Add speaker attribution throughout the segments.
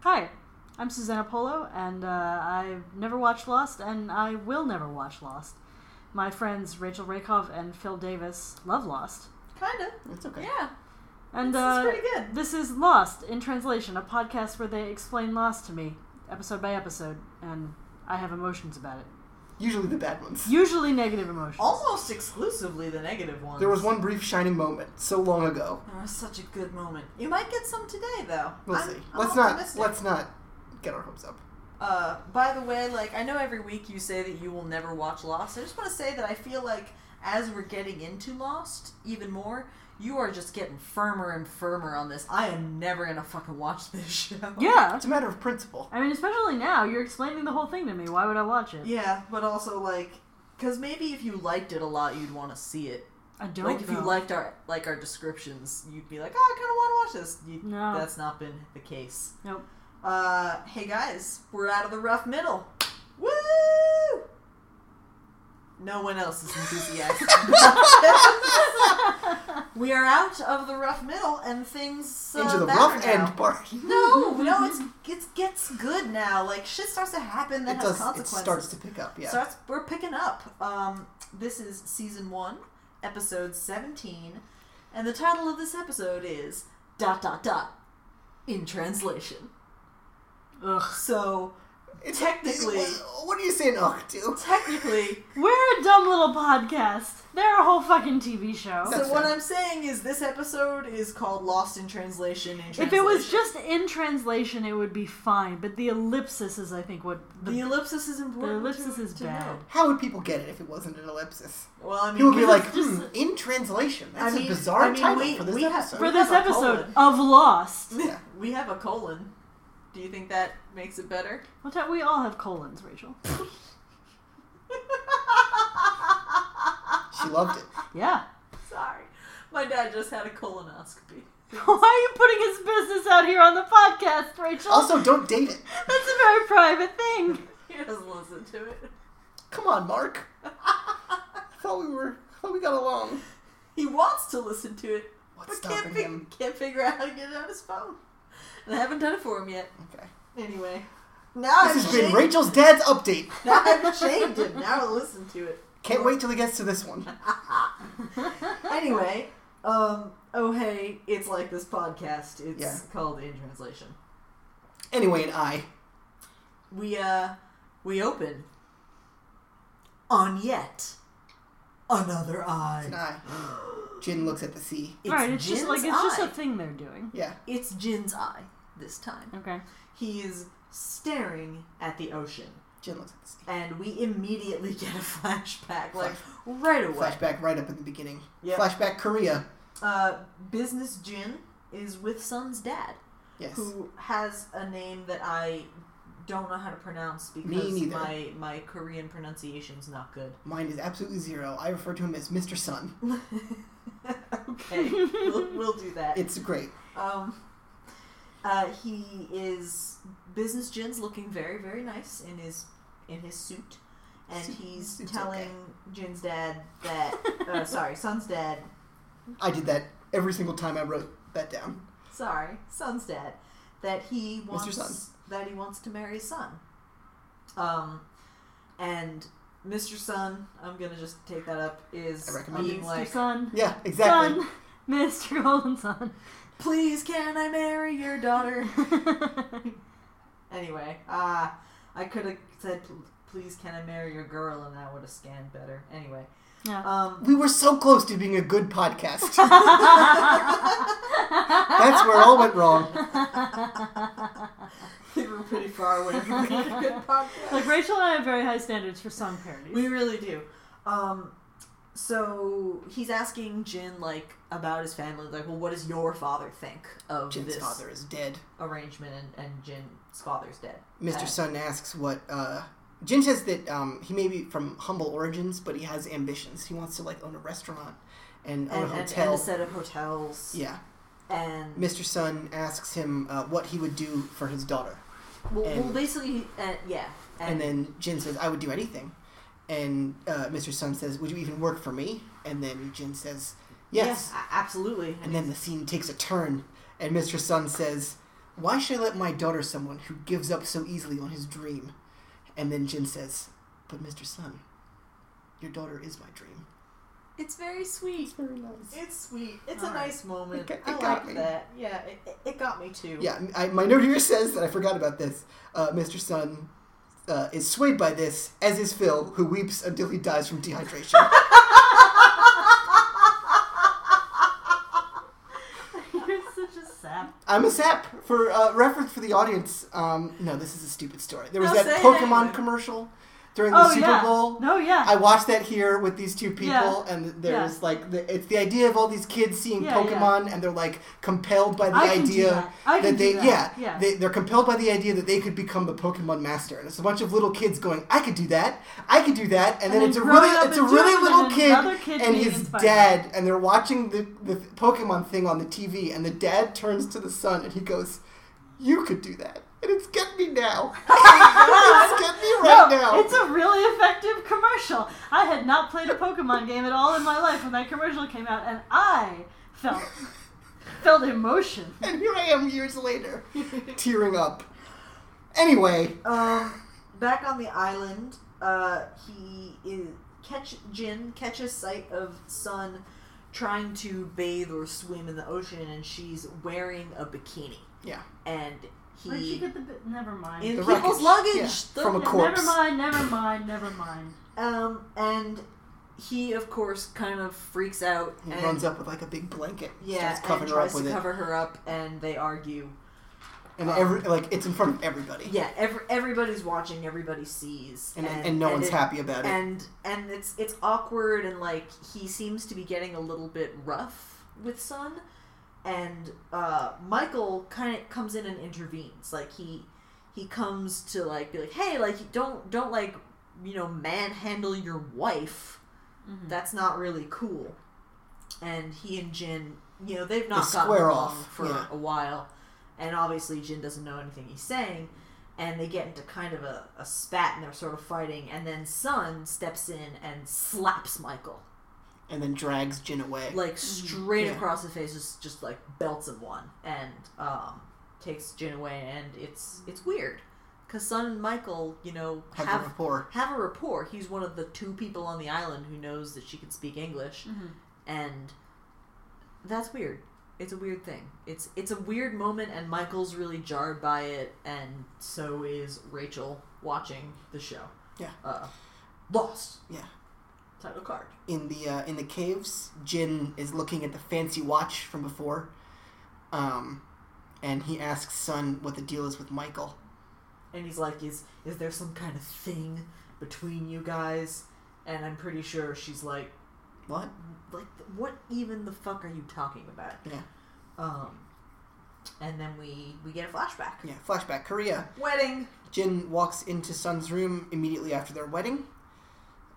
Speaker 1: Hi, I'm Susanna Polo, and uh, I've never watched Lost, and I will never watch Lost. My friends Rachel Rakoff and Phil Davis love Lost.
Speaker 2: Kind of.
Speaker 3: It's okay.
Speaker 2: Yeah.
Speaker 1: And
Speaker 2: This is
Speaker 1: uh,
Speaker 2: pretty good.
Speaker 1: This is Lost in Translation, a podcast where they explain Lost to me, episode by episode, and I have emotions about it.
Speaker 3: Usually the bad ones.
Speaker 1: Usually negative emotions.
Speaker 2: Almost exclusively the negative ones.
Speaker 3: There was one brief shining moment so long ago.
Speaker 2: That was Oh, such a good moment. You might get some today, though.
Speaker 3: We'll
Speaker 2: I'm-
Speaker 3: see.
Speaker 2: I'm
Speaker 3: let's not
Speaker 2: optimistic.
Speaker 3: let's not get our hopes up.
Speaker 2: Uh, by the way, like I know every week you say that you will never watch Lost. I just want to say that I feel like as we're getting into Lost even more, you are just getting firmer and firmer on this. I am never gonna fucking watch this show.
Speaker 1: Yeah.
Speaker 3: It's a matter of principle.
Speaker 1: I mean, especially now, you're explaining the whole thing to me. Why would I watch it?
Speaker 2: Yeah, but also like, because maybe if you liked it a lot, you'd want to see it.
Speaker 1: I don't
Speaker 2: like if
Speaker 1: know.
Speaker 2: you liked our like our descriptions, you'd be like, oh, I kind of want to watch this. You,
Speaker 1: No.
Speaker 2: that's not been the case.
Speaker 1: Nope.
Speaker 2: Uh, hey guys, we're out of the rough middle. Woo! No one else is enthusiastic. we are out of the rough middle, and things uh,
Speaker 3: Into the
Speaker 2: matter
Speaker 3: rough
Speaker 2: now.
Speaker 3: end part.
Speaker 2: No, no, it's it gets good now. Like shit starts to happen that
Speaker 3: it
Speaker 2: has
Speaker 3: does. It
Speaker 2: consequences.
Speaker 3: starts to pick up. Yeah.
Speaker 2: So that's, we're picking up. Um, this is season one, episode 17, and the title of this episode is dot dot dot in translation.
Speaker 1: Ugh.
Speaker 2: So
Speaker 3: It's-
Speaker 2: technically-
Speaker 3: what, what are you saying? Ugh, to?
Speaker 2: technically,
Speaker 1: We're a dumb little podcast. They're a whole fucking TV show.
Speaker 3: That's
Speaker 2: so what
Speaker 3: fair.
Speaker 2: I'm saying is this episode is called Lost in Translation. In
Speaker 1: If it was
Speaker 2: Translation.
Speaker 1: just in translation, it would be fine. But the ellipsis is, I think, what
Speaker 2: the, ellipsis is important.
Speaker 1: the ellipsis
Speaker 2: to-
Speaker 1: is
Speaker 2: to
Speaker 1: bad.
Speaker 2: note.
Speaker 3: How would people get it if it wasn't an ellipsis?
Speaker 2: Well, I mean,
Speaker 3: People would
Speaker 2: we-
Speaker 3: be like,
Speaker 1: just-
Speaker 3: hmm, in translation.
Speaker 2: I
Speaker 3: That's
Speaker 2: mean-
Speaker 3: a bizarre
Speaker 2: I mean,
Speaker 3: title
Speaker 2: we-
Speaker 3: for this
Speaker 2: we have-
Speaker 3: episode.
Speaker 1: for
Speaker 2: we
Speaker 1: this
Speaker 2: have a
Speaker 1: episode
Speaker 2: colon.
Speaker 1: of Lost.
Speaker 3: Yeah.
Speaker 2: we have a colon. Do you think that makes it better?
Speaker 1: Well, ta- we all have colons, Rachel.
Speaker 3: She loved it.
Speaker 1: Yeah.
Speaker 2: Sorry, my dad just had a colonoscopy.
Speaker 1: Why are you putting his business out here on the podcast, Rachel?
Speaker 3: Also, don't date it.
Speaker 1: That's a very private thing.
Speaker 2: He doesn't listen to it.
Speaker 3: Come on, Mark. I thought we were. I thought we got along.
Speaker 2: He wants to listen to it,
Speaker 3: What's
Speaker 2: but can't,
Speaker 3: stopping
Speaker 2: fi-
Speaker 3: him?
Speaker 2: can't figure out how to get it on his phone. And I haven't done it for him yet.
Speaker 3: Okay.
Speaker 2: Anyway, now
Speaker 3: This
Speaker 2: I've
Speaker 3: has been
Speaker 2: shamed-
Speaker 3: Rachel's dad's update.
Speaker 2: Now I've shamed him. Now I'll listen to it.
Speaker 3: Can't wait till he gets to this one.
Speaker 2: Anyway, um, oh hey, it's like this podcast. It's
Speaker 3: Yeah.
Speaker 2: called In Translation.
Speaker 3: Anyway, an eye.
Speaker 2: We uh, we open on yet another
Speaker 3: It's an
Speaker 2: eye.
Speaker 3: eye. Jin looks at the sea.
Speaker 2: It's
Speaker 1: right, it's just like
Speaker 2: Jin's
Speaker 1: it's just
Speaker 2: eye.
Speaker 1: a thing they're doing.
Speaker 3: Yeah.
Speaker 2: It's Jin's eye this time.
Speaker 1: Okay.
Speaker 2: He is staring at the ocean.
Speaker 3: Jin looks at the sea.
Speaker 2: and we immediately get a flashback, like right away.
Speaker 3: Flashback right up in the beginning.
Speaker 2: Yep.
Speaker 3: Flashback Korea.
Speaker 2: Uh, Business Jin is with Sun's dad,
Speaker 3: Yes.
Speaker 2: who has a name that I don't know how to pronounce because
Speaker 3: neither.
Speaker 2: my my Korean pronunciation's not good.
Speaker 3: Mine is absolutely zero. I refer to him as Mr. Sun.
Speaker 2: okay, we'll, we'll do that.
Speaker 3: It's great.
Speaker 2: Um, uh, he is Business Jin's looking very very nice in his in his suit, and
Speaker 3: Suit-
Speaker 2: he's
Speaker 3: suit's
Speaker 2: telling
Speaker 3: okay.
Speaker 2: Jin's dad that uh, sorry, Sun's dad
Speaker 3: I did that every single time I wrote that down.
Speaker 2: sorry, son's dad, that he wants
Speaker 3: Sun.
Speaker 2: that he wants to marry son. Um, and Mr. Sun, I'm gonna just take that up. Is
Speaker 3: I recommend
Speaker 2: being
Speaker 1: Mr.
Speaker 2: like,
Speaker 1: Sun.
Speaker 3: Yeah, exactly.
Speaker 1: Sun. Mr. Golden Sun.
Speaker 2: please, can I marry your daughter? anyway, uh, I could have said, please, can I marry your girl, and that would have scanned better. Anyway,
Speaker 1: yeah.
Speaker 2: um,
Speaker 3: We were so close to being a good podcast. That's where it all went wrong.
Speaker 2: we were pretty far away from being a good podcast.
Speaker 1: Like Rachel and I have very high standards for song parodies.
Speaker 2: We really do. Um, so he's asking Jin like about his family, like, well, what does your father think of
Speaker 3: Jin's
Speaker 2: this
Speaker 3: father is dead.
Speaker 2: arrangement? And, and Jin's father's dead.
Speaker 3: Mr.
Speaker 2: Uh,
Speaker 3: Sun asks what. Uh, Jin says that um, he may be from humble origins, but he has ambitions. He wants to like own a restaurant and own
Speaker 2: and,
Speaker 3: a
Speaker 2: and,
Speaker 3: hotel.
Speaker 2: and a set of hotels.
Speaker 3: yeah,
Speaker 2: And
Speaker 3: Mr. Sun asks him uh, what he would do for his daughter,
Speaker 2: well, well
Speaker 3: and-
Speaker 2: basically, he- uh, yeah.
Speaker 3: and then Jin says, "I would do anything." And uh, Mr. Sun says, "Would you even work for me?" And then Jin says,
Speaker 2: yeah,
Speaker 3: "Yes."
Speaker 2: a- absolutely.
Speaker 3: And then the scene takes a turn, and Mr. Sun says, Why should I let my daughter someone who gives up so easily on his dream? And then Jin says, But Mr. Sun, your daughter is my dream.
Speaker 2: It's very sweet.
Speaker 3: very nice.
Speaker 2: It's sweet. It's
Speaker 1: All
Speaker 2: a
Speaker 1: right.
Speaker 2: nice moment.
Speaker 3: It got-
Speaker 2: I
Speaker 3: it got
Speaker 2: like
Speaker 3: me.
Speaker 2: that. Yeah, it, it- it got me too.
Speaker 3: Yeah, I, my note here says that I forgot about this. Uh, Mr. Sun uh, is swayed by this, as is Phil, who weeps until he dies from dehydration.
Speaker 1: You're such a sap.
Speaker 3: I'm a sap. For uh, reference for the audience, um, no, this is a stupid story. There was
Speaker 2: No,
Speaker 3: that
Speaker 2: say it
Speaker 3: Pokemon
Speaker 2: anyway.
Speaker 3: commercial during the
Speaker 1: Oh
Speaker 3: Super
Speaker 1: yeah.
Speaker 3: Bowl.
Speaker 1: No, yeah.
Speaker 3: I watched that here with these two people,
Speaker 1: Yeah.
Speaker 3: and there's like the, it's the idea of all these kids seeing
Speaker 1: Yeah,
Speaker 3: Pokemon, and they're like compelled by the
Speaker 1: I can do
Speaker 3: idea
Speaker 1: that. I can do
Speaker 3: they
Speaker 1: that.
Speaker 3: yeah
Speaker 1: Yeah.
Speaker 3: They, they're compelled by the idea that they could become the Pokemon master, and it's a bunch of little kids going, "I could do that, I could do that," and,
Speaker 1: And
Speaker 3: then,
Speaker 1: then
Speaker 3: it's a
Speaker 1: growing
Speaker 3: really
Speaker 1: up
Speaker 3: it's a
Speaker 1: and
Speaker 3: really
Speaker 1: doing it,
Speaker 3: little
Speaker 1: and
Speaker 3: kid,
Speaker 1: another kid
Speaker 3: and
Speaker 1: being
Speaker 3: his
Speaker 1: inspired.
Speaker 3: dad, and they're watching the the Pokemon thing on the TV, and the dad turns to the son and he goes, "You could do that," and it's get me now, it's get me
Speaker 1: Oh
Speaker 3: right
Speaker 1: no,
Speaker 3: now.
Speaker 1: It's a really effective commercial. I had not played a Pokemon game at all in my life when that commercial came out, and I felt felt emotion.
Speaker 3: And here I am years later, tearing up. Anyway,
Speaker 2: Um, back on the island, uh, he is catch Jin catches sight of Sun trying to bathe or swim in the ocean, and she's wearing a bikini.
Speaker 3: Yeah.
Speaker 2: and
Speaker 1: Where'd you
Speaker 2: he
Speaker 1: get the bit? Never mind.
Speaker 2: in
Speaker 3: The
Speaker 2: people's
Speaker 3: wreckage,
Speaker 2: luggage
Speaker 3: yeah,
Speaker 2: the-
Speaker 3: from a
Speaker 1: Ne-
Speaker 3: corpse.
Speaker 1: Never mind. Never mind. Never mind.
Speaker 2: um, and he of course kind of freaks out
Speaker 3: he
Speaker 2: and
Speaker 3: runs up with like a big blanket,
Speaker 2: Yeah,
Speaker 3: starts covering
Speaker 2: and
Speaker 3: her up
Speaker 2: tries
Speaker 3: with
Speaker 2: to
Speaker 3: it,
Speaker 2: cover her up, and they argue.
Speaker 3: and every like it's in front of everybody,
Speaker 2: Yeah, every, everybody's watching, everybody sees,
Speaker 3: and, and, no one's
Speaker 2: it-
Speaker 3: happy about it.
Speaker 2: and and it's it's awkward and like he seems to be getting a little bit rough with Sun, and uh, Michael kind of comes in and intervenes. Like he he comes to like be like, hey, like don't don't like you know manhandle your wife.
Speaker 1: Mhm.
Speaker 2: That's not really cool. And he and Jin, you know, they've not
Speaker 3: They
Speaker 2: gotten
Speaker 3: square
Speaker 2: along
Speaker 3: off,
Speaker 2: for
Speaker 3: yeah.
Speaker 2: a while, and obviously Jin doesn't know anything he's saying and they get into kind of a, a spat and they're sort of fighting and then sun steps in and slaps michael
Speaker 3: and then drags Jin away.
Speaker 2: like straight
Speaker 3: Yeah.
Speaker 2: across the face just, just like belts him one and um, takes jin away and it's it's weird because sun and michael you know
Speaker 3: have, a
Speaker 2: have
Speaker 3: rapport.
Speaker 2: have a rapport he's one of the two people on the island who knows that she can speak english
Speaker 3: Mm-hmm.
Speaker 1: Mhm.
Speaker 2: and that's weird it's a weird thing it's it's a weird moment and michael's really jarred by it and so is rachel watching the show
Speaker 3: Yeah.
Speaker 2: uh, lost
Speaker 3: Yeah.
Speaker 2: title card
Speaker 3: In the uh, in the caves, Jin is looking at the fancy watch from before, um, and he asks Sun what the deal is with Michael.
Speaker 2: and he's like is is there some kind of thing between you guys and i'm pretty sure she's like
Speaker 3: What?
Speaker 2: like what even the fuck are you talking about
Speaker 3: Yeah.
Speaker 2: um and then we we get a flashback
Speaker 3: Yeah. Flashback Korea.
Speaker 2: wedding
Speaker 3: Jin walks into Sun's room immediately after their wedding.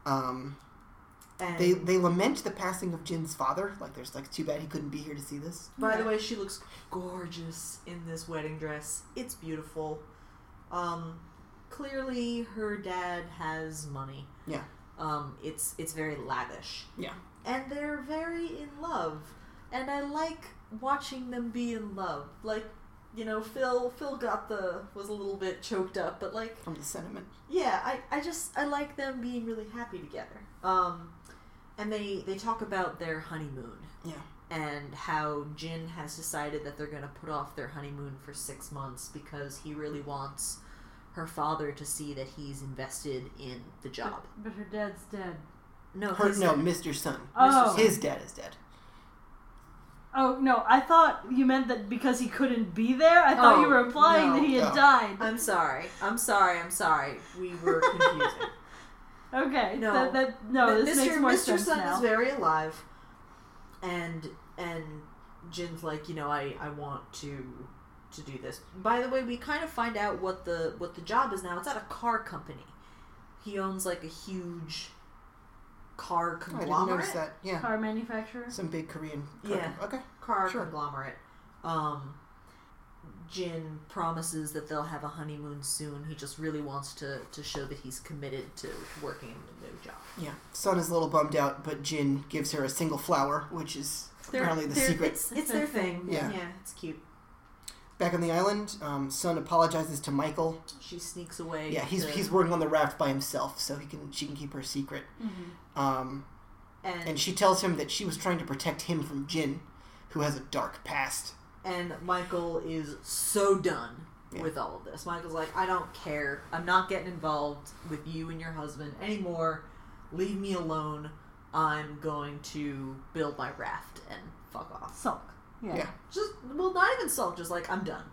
Speaker 3: Um,
Speaker 2: and
Speaker 3: they they lament the passing of Jin's father. Like, there's like, too bad he couldn't be here to see this.
Speaker 2: By the
Speaker 1: Yeah.
Speaker 2: way, she looks gorgeous in this wedding dress. It's beautiful. Um, clearly, her dad has money.
Speaker 3: Yeah.
Speaker 2: Um, it's it's very lavish.
Speaker 3: Yeah.
Speaker 2: And they're very in love, and I like watching them be in love. Like, you know, Phil Phil got the was a little bit choked up, but like
Speaker 3: From the sentiment.
Speaker 2: yeah I, I just i like them being really happy together um and they they talk about their honeymoon
Speaker 3: Yeah.
Speaker 2: and how jin has decided that they're going to put off their honeymoon for six months because he really wants her father to see that he's invested in the job
Speaker 1: But, but her dad's dead.
Speaker 2: no
Speaker 3: Her,
Speaker 2: Oh, his-
Speaker 3: no, Mr. Sun.
Speaker 1: Oh.
Speaker 3: His dad is dead.
Speaker 1: Oh no! I thought you meant that because he couldn't be there. I thought
Speaker 2: Oh,
Speaker 1: you were implying
Speaker 2: no.
Speaker 1: that he had
Speaker 3: No.
Speaker 1: died.
Speaker 2: i'm sorry i'm sorry i'm sorry we were confusing
Speaker 1: Okay.
Speaker 2: No.
Speaker 1: That, that, no.
Speaker 2: But
Speaker 1: This
Speaker 2: Mr.
Speaker 1: makes more
Speaker 2: Mr.
Speaker 1: sense
Speaker 2: Sun
Speaker 1: now.
Speaker 2: is very alive, and and Jin's like, you know, I I want to to do this. By the way, we kind of find out what the what the job is now. It's at a car company. He owns like a huge car
Speaker 3: Oh, I didn't notice
Speaker 2: conglomerate.
Speaker 3: that. Yeah.
Speaker 1: Car manufacturer.
Speaker 3: Some big Korean.
Speaker 2: Yeah.
Speaker 3: Okay.
Speaker 2: Car
Speaker 3: Sure.
Speaker 2: conglomerate. Um, Jin promises that they'll have a honeymoon soon. He just really wants to to show that he's committed to working in the new job.
Speaker 3: Yeah. Sun is a little bummed out, but Jin gives her a single flower, which is
Speaker 2: They're-
Speaker 3: apparently the
Speaker 2: they're-
Speaker 3: secret.
Speaker 2: It's, it's their thing.
Speaker 3: Yeah.
Speaker 2: it's cute.
Speaker 3: Back on the island, um, Sun apologizes to Michael.
Speaker 2: She sneaks away.
Speaker 3: Yeah, he's
Speaker 2: to-
Speaker 3: he's working on the raft by himself, so he can she can keep her secret.
Speaker 1: Mm-hmm.
Speaker 3: Um,
Speaker 2: and,
Speaker 3: and she tells him that she was trying to protect him from Jin, who has a dark past.
Speaker 2: and Michael is so done
Speaker 3: Yeah.
Speaker 2: with all of this. Michael's like, I don't care. I'm not getting involved with you and your husband anymore. Leave me alone. I'm going to build my raft and fuck off.
Speaker 1: Sulk. Yeah.
Speaker 3: Yeah.
Speaker 2: Just well, not even sulk. Just like I'm done.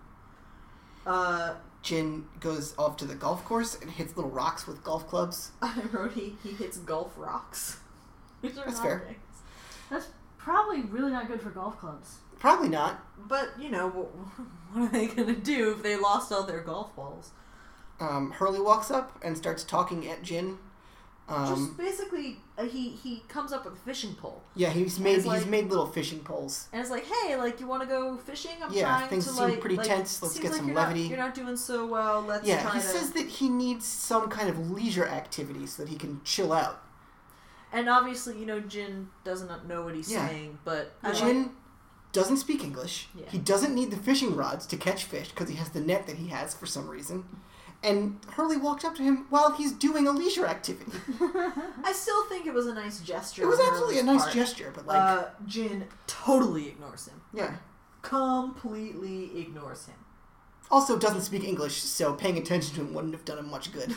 Speaker 2: Uh,
Speaker 3: Jin goes off to the golf course and hits little rocks with golf clubs.
Speaker 2: I wrote he he hits golf rocks. Which are
Speaker 3: That's
Speaker 2: not
Speaker 3: fair.
Speaker 2: things.
Speaker 1: That's probably really not good for golf clubs.
Speaker 3: Probably not.
Speaker 2: But you know what, what are they gonna do if they lost all their golf balls?
Speaker 3: Um, Hurley walks up and starts talking at Jin.
Speaker 2: Just
Speaker 3: Um,
Speaker 2: basically, uh, he he comes up with a fishing pole
Speaker 3: yeah, he's made
Speaker 2: It's like-
Speaker 3: he's made little fishing poles.
Speaker 2: and it's like, hey, like you want to go fishing? I'm
Speaker 3: Yeah,
Speaker 2: trying
Speaker 3: things
Speaker 2: to
Speaker 3: seem
Speaker 2: like
Speaker 3: pretty
Speaker 2: like,
Speaker 3: tense. Let's
Speaker 2: seems
Speaker 3: get
Speaker 2: like
Speaker 3: some
Speaker 2: you're
Speaker 3: levity."
Speaker 2: Not, you're not doing so well. Let's
Speaker 3: Yeah,
Speaker 2: try
Speaker 3: he
Speaker 2: to.
Speaker 3: says that he needs some kind of leisure activity so that he can chill out.
Speaker 2: and obviously, you know, Jin doesn't know what he's
Speaker 3: Yeah.
Speaker 2: saying, but uh, I like-
Speaker 3: Jin doesn't speak English.
Speaker 2: Yeah.
Speaker 3: He doesn't need the fishing rods to catch fish because he has the net that he has for some reason. And Hurley walked up to him while he's doing a leisure activity.
Speaker 2: I still think it was a nice gesture.
Speaker 3: It was
Speaker 2: on her
Speaker 3: absolutely a nice
Speaker 2: part.
Speaker 3: gesture, but like,
Speaker 2: uh, Jin totally ignores him.
Speaker 3: yeah.
Speaker 2: Completely ignores him.
Speaker 3: Also doesn't speak English, so paying attention to him wouldn't have done him much good.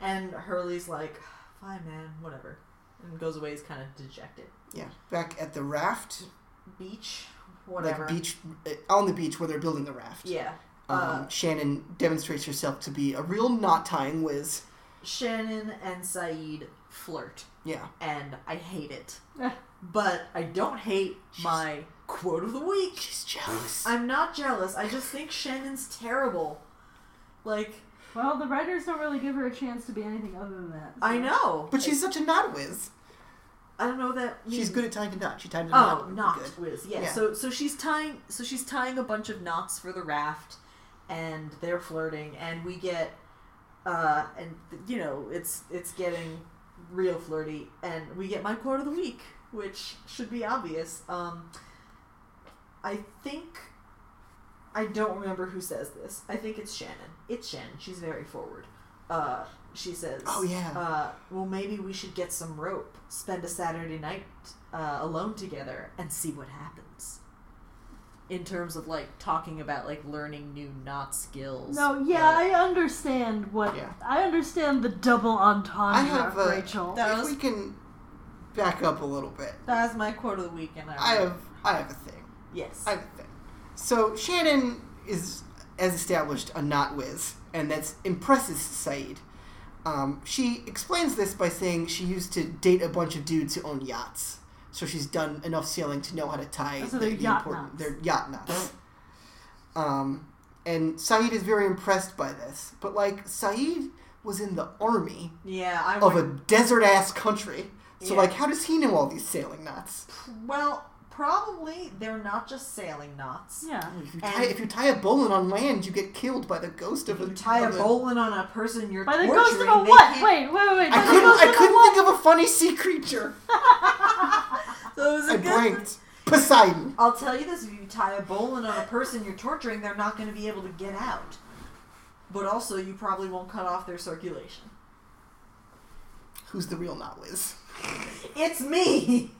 Speaker 2: And Hurley's like, fine, man, whatever. And goes away, he's kind of dejected.
Speaker 3: Yeah. Back at the raft,
Speaker 2: Beach, whatever.
Speaker 3: like beach, uh, on the beach where they're building the raft.
Speaker 2: Yeah.
Speaker 3: Um,
Speaker 2: Uh,
Speaker 3: Shannon demonstrates herself to be a real knot tying whiz.
Speaker 2: Shannon and Saeed flirt,
Speaker 3: Yeah.
Speaker 2: and I hate it.
Speaker 1: Eh.
Speaker 2: but I don't hate my quote of the week.
Speaker 3: She's jealous.
Speaker 2: I'm not jealous. I just think Shannon's terrible. Like,
Speaker 1: Well, the writers don't really give her a chance to be anything other than that.
Speaker 2: I
Speaker 1: so-
Speaker 2: know.
Speaker 3: but she's such a knot whiz.
Speaker 2: I don't know that.
Speaker 3: She's
Speaker 2: means-
Speaker 3: good at tying a knot. She tied a knot.
Speaker 2: Oh,
Speaker 3: really
Speaker 2: knot
Speaker 3: good.
Speaker 2: whiz. Yeah.
Speaker 3: Yeah.
Speaker 2: So so she's tying so she's tying a bunch of knots for the raft, and they're flirting, and we get, uh, and you know it's it's getting real flirty, and we get my quote of the week, which should be obvious. Um, I think. I don't remember who says this. I think it's Shannon. It's Shannon. She's very forward. Uh, she says,
Speaker 3: Oh, yeah.
Speaker 2: Uh, well, maybe we should get some rope, spend a Saturday night uh, alone together, and see what happens." In terms of like talking about like learning new knot skills.
Speaker 1: No, yeah,
Speaker 2: Like,
Speaker 1: I understand what
Speaker 3: Yeah.
Speaker 1: I understand the double entendre,
Speaker 3: I have uh, a,
Speaker 1: Rachel.
Speaker 2: That
Speaker 3: if
Speaker 2: was-
Speaker 3: we can back up a little bit.
Speaker 2: that was my quote of the week, and I,
Speaker 3: I have I have a thing.
Speaker 2: yes,
Speaker 3: I have a thing. So Shannon is, as established, a not whiz, and that's impresses Saeed. Um, she explains this by saying she used to date a bunch of dudes who own yachts, so she's done enough sailing to know how to tie
Speaker 1: Oh, so they're yacht knots.
Speaker 3: They're yacht knots. um, and Saeed is very impressed by this, but like Saeed was in the army
Speaker 2: yeah, I
Speaker 3: of
Speaker 2: would.
Speaker 3: a desert ass country. So
Speaker 2: Yeah.
Speaker 3: like, how does he know all these sailing knots?
Speaker 2: Well, probably they're not just sailing knots.
Speaker 1: yeah.
Speaker 3: If you,
Speaker 2: And-
Speaker 3: tie, if you tie a bowline on land, you get killed by the ghost of
Speaker 2: If
Speaker 3: a.
Speaker 2: you tie a
Speaker 3: of
Speaker 2: bowline on a person you're
Speaker 1: By the
Speaker 2: torturing,
Speaker 1: ghost of a
Speaker 2: they
Speaker 1: what?
Speaker 2: can't-
Speaker 1: Wait, wait, wait.
Speaker 3: I
Speaker 1: by the
Speaker 3: couldn't.
Speaker 1: ghost
Speaker 3: I
Speaker 1: of a
Speaker 3: couldn't
Speaker 1: what?
Speaker 3: think of a funny sea creature.
Speaker 2: So it was a
Speaker 3: I
Speaker 2: good-
Speaker 3: blanked. Poseidon.
Speaker 2: I'll tell you this: if you tie a bowline on a person you're torturing, they're not going to be able to get out. But also, you probably won't cut off their circulation.
Speaker 3: Who's the real not whiz?
Speaker 2: It's me.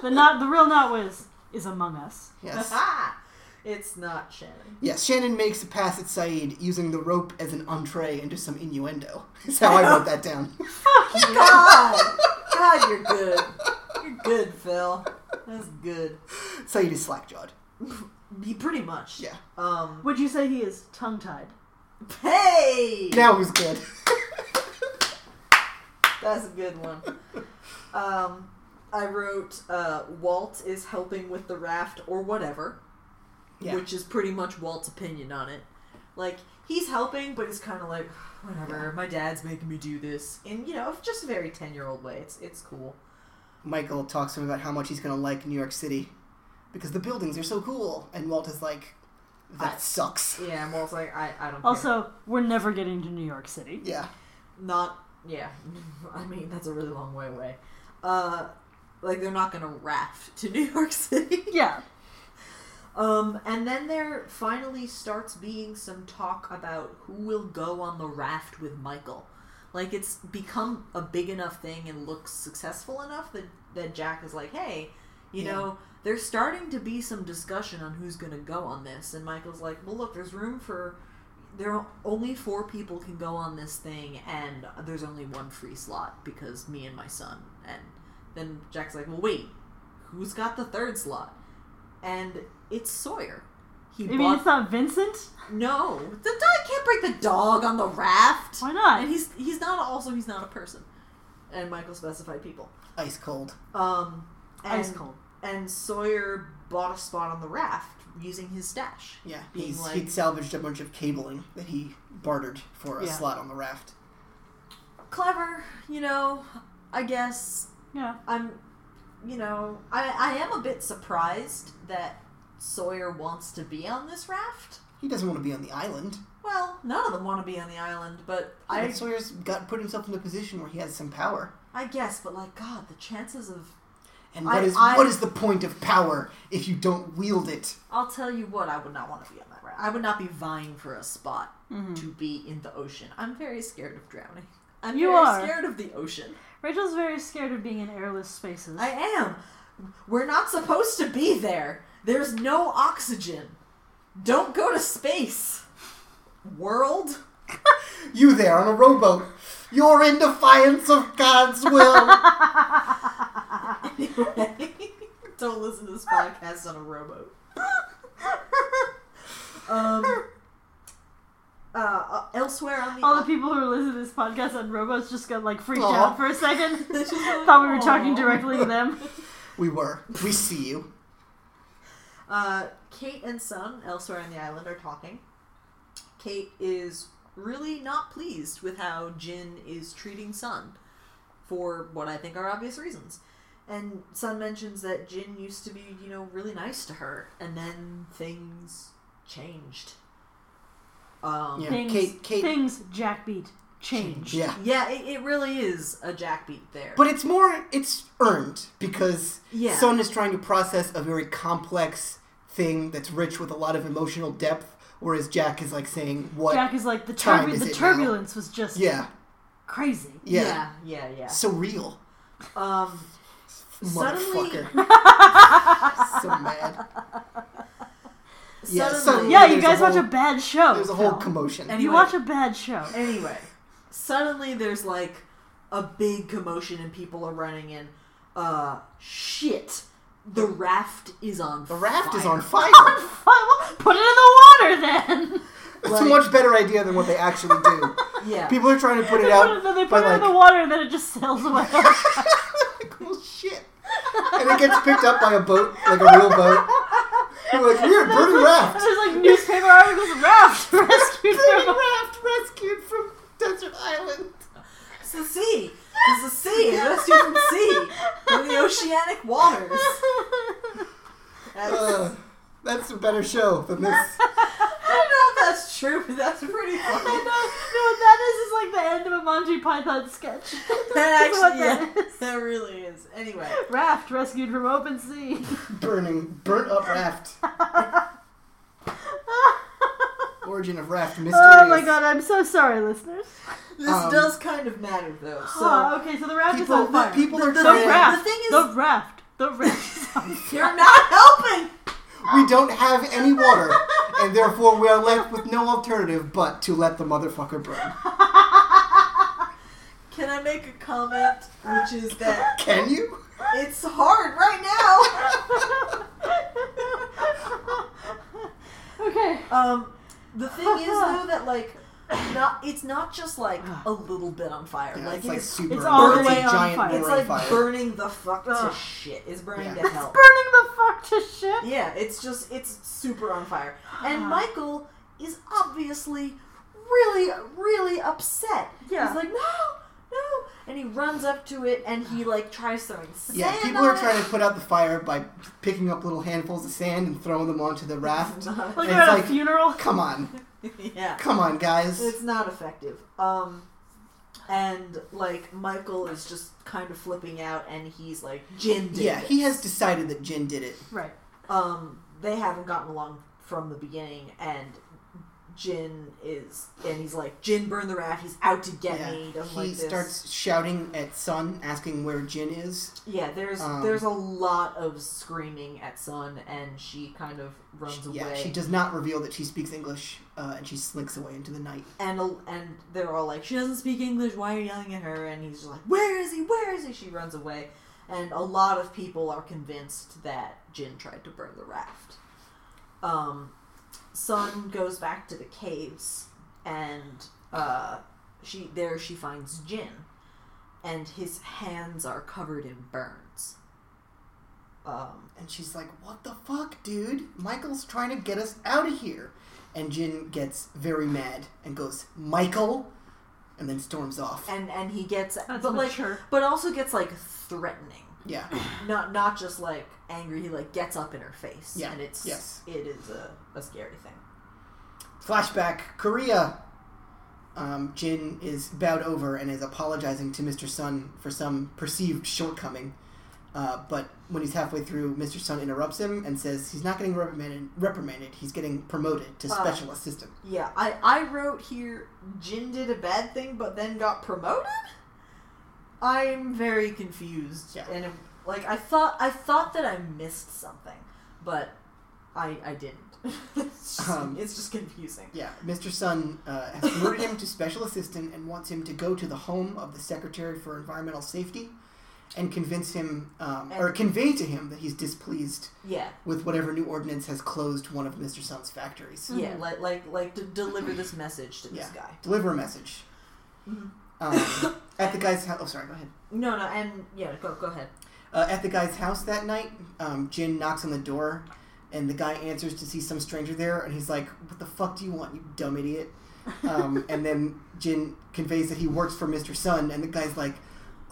Speaker 1: The not the real not was is among us.
Speaker 3: Yes.
Speaker 2: it's not Shannon.
Speaker 3: yes. Shannon makes a pass at Saeed using the rope as an entree into some innuendo. Is how I wrote that down.
Speaker 2: Oh, God, God, you're good. You're good, Phil. That's good.
Speaker 3: Saeed is slack-jawed.
Speaker 2: He pretty much.
Speaker 3: Yeah.
Speaker 2: Um.
Speaker 1: Would you say he is tongue tied?
Speaker 2: Hey.
Speaker 3: Now who's good?
Speaker 2: That's a good one. Um, I wrote uh, Walt is helping with the raft or whatever,
Speaker 3: Yeah.
Speaker 2: which is pretty much Walt's opinion on it. Like he's helping, but he's kind of like whatever. My dad's making me do this, in you know, just a very ten-year-old way. It's it's cool.
Speaker 3: Michael talks to him about how much he's going to like New York City because the buildings are so cool. And Walt is like, that
Speaker 2: I-
Speaker 3: sucks.
Speaker 2: Yeah, and Walt's like I I don't care.
Speaker 1: Also, we're never getting to New York City.
Speaker 3: Yeah.
Speaker 2: not yeah. I mean that's a really long way away. Uh, like they're not gonna raft to New York City.
Speaker 1: Yeah.
Speaker 2: Um, and then there finally starts being some talk about who will go on the raft with Michael. Like it's become a big enough thing and looks successful enough that, that Jack is like, hey, you
Speaker 3: Yeah.
Speaker 2: know, there's starting to be some discussion on who's going to go on this. And Michael's like, well, look, there's room for. There are only four people can go on this thing, and there's only one free slot because me and my son. And then Jack's like, well, wait, who's got the third slot? And it's Sawyer. He
Speaker 1: I mean,
Speaker 2: bought
Speaker 1: it's not Vincent.
Speaker 2: no. The dog can't break the dog on the raft.
Speaker 1: Why not?
Speaker 2: And he's he's not also he's not a person. And Michael specified people.
Speaker 3: Ice cold.
Speaker 2: Um, and,
Speaker 1: Ice cold.
Speaker 2: And Sawyer bought a spot on the raft using his stash.
Speaker 3: Yeah,
Speaker 2: Being
Speaker 3: he's,
Speaker 2: like-
Speaker 3: he'd salvaged a bunch of cabling that he bartered for a
Speaker 1: Yeah.
Speaker 3: slot on the raft.
Speaker 2: Clever, you know. I guess
Speaker 1: Yeah.
Speaker 2: I'm, you know, I I am a bit surprised that Sawyer wants to be on this raft.
Speaker 3: He doesn't want to be on the island.
Speaker 2: Well, none of them want to be on the island, but
Speaker 3: I,
Speaker 2: I
Speaker 3: Sawyer's got put himself in a position where he has some power.
Speaker 2: I guess. But like, God, the chances of
Speaker 3: And
Speaker 2: I-
Speaker 3: what is
Speaker 2: I-
Speaker 3: what is the point of power if you don't wield it?
Speaker 2: I'll tell you what, I would not want to be on that raft. I would not be vying for a spot
Speaker 1: Mm-hmm.
Speaker 2: to be in the ocean. I'm very scared of drowning. I'm
Speaker 1: You
Speaker 2: very
Speaker 1: are.
Speaker 2: scared of the ocean.
Speaker 1: Rachel's very scared of being in airless spaces.
Speaker 2: I am. We're not supposed to be there. There's no oxygen. Don't go to space. World?
Speaker 3: You there on a rowboat. You're in defiance of God's will.
Speaker 2: Anyway, don't listen to this podcast on a rowboat. um, uh, elsewhere on the
Speaker 1: All the people who listen to this podcast on robots just got like freaked
Speaker 3: Aw.
Speaker 1: out for a second.
Speaker 2: Just like,
Speaker 1: Thought we were talking
Speaker 2: "Aw."
Speaker 1: directly to them.
Speaker 3: we were. We see you.
Speaker 2: Uh, Kate and Son, elsewhere on the island, are talking. Kate is really not pleased with how Jin is treating Sun for what I think are obvious reasons. And Sun mentions that Jin used to be, you know, really nice to her, and then things changed. Um, yeah,
Speaker 3: Yeah.
Speaker 1: Things,
Speaker 3: Kate- Kate-
Speaker 1: things Jack beat changed.
Speaker 3: Yeah.
Speaker 2: it, it really is a jackbeat there.
Speaker 3: But it's more it's earned because
Speaker 2: Yeah.
Speaker 3: Son is trying to process a very complex thing that's rich with a lot of emotional depth, whereas Jack is like saying what
Speaker 1: Jack is like the
Speaker 3: Time
Speaker 1: turbu-
Speaker 3: is
Speaker 1: the
Speaker 3: it now?
Speaker 1: turbulence was just
Speaker 3: yeah,
Speaker 1: crazy.
Speaker 3: yeah.
Speaker 2: yeah, yeah. yeah.
Speaker 3: Surreal.
Speaker 2: Um, Suddenly-
Speaker 3: Motherfucker. so mad. Yeah,
Speaker 2: suddenly,
Speaker 3: suddenly-
Speaker 1: Yeah, you
Speaker 3: There's a
Speaker 1: guys watch
Speaker 3: whole-
Speaker 1: a bad show.
Speaker 3: There's a whole
Speaker 1: Phil.
Speaker 3: commotion.
Speaker 1: You
Speaker 2: Anyway.
Speaker 1: watch a bad show.
Speaker 2: Anyway, suddenly there's like a big commotion and people are running in. Uh, shit. The raft is on
Speaker 3: The raft is on
Speaker 2: fire.
Speaker 3: fire.
Speaker 1: Put it in the water then.
Speaker 3: That's a
Speaker 2: Like-
Speaker 3: much better idea than what they actually do.
Speaker 2: Yeah.
Speaker 3: People are trying to put it
Speaker 1: They put
Speaker 3: out.
Speaker 1: it, then they
Speaker 3: by
Speaker 1: put it in the
Speaker 3: like,
Speaker 1: water and then it just sails away.
Speaker 3: like, well, shit. And it gets picked up by a boat, like a real boat. They're like, weird, Birdie
Speaker 1: And
Speaker 3: Raft.
Speaker 1: there's like newspaper articles raft rescued
Speaker 3: Birdie
Speaker 1: from
Speaker 3: Raft rescued from Desert Island.
Speaker 2: It's the sea. It's the sea. It's rescued from the sea. From the oceanic waters. That's,
Speaker 3: Ugh, that's a better show than this.
Speaker 2: I don't know if that's true, but that's pretty
Speaker 1: No,
Speaker 2: funny.
Speaker 1: no, that is is like the end of a Monty Python sketch.
Speaker 2: That
Speaker 1: That's what
Speaker 2: actually, yeah,
Speaker 1: that is.
Speaker 2: that really is. Anyway.
Speaker 1: Raft rescued from open sea.
Speaker 3: Burning, burnt up raft. Origin of raft mysteries.
Speaker 1: Oh my god, I'm so sorry, listeners.
Speaker 2: This
Speaker 3: Um,
Speaker 2: does kind of matter, though. So,
Speaker 1: Huh, okay, so the raft is
Speaker 3: People,
Speaker 1: on fire.
Speaker 3: people are
Speaker 2: The
Speaker 1: the
Speaker 2: thing-
Speaker 3: trying.
Speaker 1: raft.
Speaker 2: the thing is-
Speaker 1: the raft. The raft. is on fire.
Speaker 2: you're not helping!
Speaker 3: We don't have any water, and therefore we are left with no alternative but to let the motherfucker burn.
Speaker 2: Can I make a comment? Which is that
Speaker 3: Can you?
Speaker 2: it's hard right
Speaker 1: okay.
Speaker 2: now. Um, the thing is though that like, not it's not just like a little bit on fire.
Speaker 3: Yeah,
Speaker 2: like
Speaker 3: it's
Speaker 2: it
Speaker 3: like
Speaker 2: is-
Speaker 3: super.
Speaker 1: It's all
Speaker 3: hot.
Speaker 1: the
Speaker 3: It's a
Speaker 1: way on
Speaker 3: giant
Speaker 1: fire.
Speaker 2: it's
Speaker 3: roaring
Speaker 2: like
Speaker 3: fire.
Speaker 2: burning the fuck to
Speaker 1: Ugh.
Speaker 2: shit. It's burning
Speaker 3: Yeah.
Speaker 2: to
Speaker 1: It's
Speaker 2: hell.
Speaker 1: burning the fuck to shit.
Speaker 2: yeah, it's just it's super on fire. And
Speaker 1: Ah.
Speaker 2: Michael is obviously really really upset.
Speaker 1: Yeah.
Speaker 2: He's like, "No! No!" And he runs up to it and he like tries throwing sand.
Speaker 3: Yeah, people are
Speaker 2: on it.
Speaker 3: trying to put out the fire by picking up little handfuls of sand and throwing them onto the raft.
Speaker 1: Like
Speaker 3: It's
Speaker 1: they're at
Speaker 3: like-
Speaker 1: a funeral.
Speaker 3: Come on,
Speaker 2: yeah.
Speaker 3: come on, guys.
Speaker 2: It's not effective. Um, and like Michael is just kind of flipping out, and he's like, "Jin did."
Speaker 3: Yeah,
Speaker 2: this."
Speaker 3: he has decided that Jin did it.
Speaker 1: Right.
Speaker 2: Um, they haven't gotten along from the beginning, and Jin is, and he's like, Jin burned the rat. He's out to get
Speaker 3: Yeah.
Speaker 2: me. He doesn't
Speaker 3: he
Speaker 2: like this.
Speaker 3: starts shouting at Sun, asking where Jin is.
Speaker 2: Yeah, there's
Speaker 3: Um,
Speaker 2: there's a lot of screaming at Sun, and she kind of runs
Speaker 3: She- yeah,
Speaker 2: away.
Speaker 3: she does not reveal that she speaks English, uh, and she slinks away into the night.
Speaker 2: and a- and they're all like, she doesn't speak English. Why are you yelling at her? And he's just like, where is he? Where is he? She runs away, and a lot of people are convinced that Jin tried to burn the raft. Um, Sun goes back to the caves, and uh, she there she finds Jin, and his hands are covered in burns. Um,
Speaker 3: And she's like, "What the fuck, dude? Michael's trying to get us out of here." And Jin gets very mad and goes, "Michael," and then storms off.
Speaker 2: and and he gets
Speaker 1: That's
Speaker 2: but like
Speaker 1: mature.
Speaker 2: but also gets like threatening
Speaker 3: yeah,
Speaker 2: not not just like angry he like gets up in her face
Speaker 3: Yeah,
Speaker 2: and it's
Speaker 3: yes.
Speaker 2: it is a, a scary thing
Speaker 3: flashback Korea. Um, Jin is bowed over and is apologizing to Mr. Sun for some perceived shortcoming. Uh, but when he's halfway through, Mr. Sun interrupts him and says he's not getting reprimanded. reprimanded he's getting promoted to
Speaker 2: Uh,
Speaker 3: special assistant.
Speaker 2: yeah i i wrote here jin did a bad thing but then got promoted i'm very confused
Speaker 3: Yeah.
Speaker 2: and like i thought i thought that i missed something but i i didn't it's, just,
Speaker 3: Um,
Speaker 2: it's just confusing
Speaker 3: Yeah, Mr. Sun uh, has promoted him to special assistant and wants him to go to the home of the Secretary for Environmental Safety and convince him, um, or
Speaker 2: And-
Speaker 3: convey to him that he's displeased
Speaker 2: yeah
Speaker 3: with whatever new ordinance has closed one of Mr. Sun's factories.
Speaker 2: yeah like like like to deliver this message to this
Speaker 3: Mm-hmm. Yeah.
Speaker 2: guy
Speaker 3: Deliver a message.
Speaker 2: Mhm.
Speaker 3: Um, at the guy's house, oh, sorry, go ahead.
Speaker 2: No, no, and yeah, go go ahead.
Speaker 3: Uh, at the guy's house that night, um, Jin knocks on the door, and the guy answers to see some stranger there, and he's like, "What the fuck do you want, you dumb idiot?" Um, and then Jin conveys that he works for Mr. Sun, and the guy's like,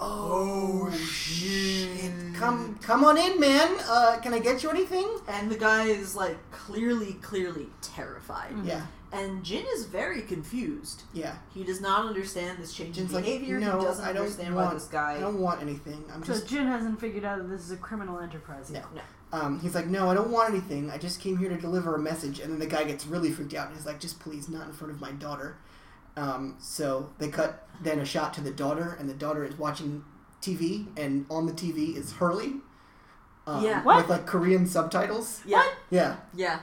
Speaker 3: "Oh, shit! Come, come on in, man. Uh, can I get you anything?"
Speaker 2: And the guy is like clearly, clearly terrified,
Speaker 3: Yeah,
Speaker 2: and Jin is very confused.
Speaker 3: yeah.
Speaker 2: He does not understand this change in
Speaker 3: Jin's like,
Speaker 2: behavior.
Speaker 3: "No,
Speaker 2: he doesn't
Speaker 3: I don't
Speaker 2: understand why
Speaker 3: want-
Speaker 2: this
Speaker 3: I
Speaker 2: guy.
Speaker 3: don't want anything. I'm
Speaker 1: So
Speaker 3: just
Speaker 1: Jin hasn't figured out that this is a criminal enterprise yet.
Speaker 3: Um, he's like, no, I don't want anything. I just came here to deliver a message. And then the guy gets really freaked out. and He's like, just please, not in front of my daughter. Um, so they cut then a shot to the daughter, and the daughter is watching TV, and on the TV is Hurley. Um,
Speaker 2: Yeah.
Speaker 1: What?
Speaker 3: With like Korean subtitles.
Speaker 2: Yeah,
Speaker 3: Yeah.
Speaker 2: yeah,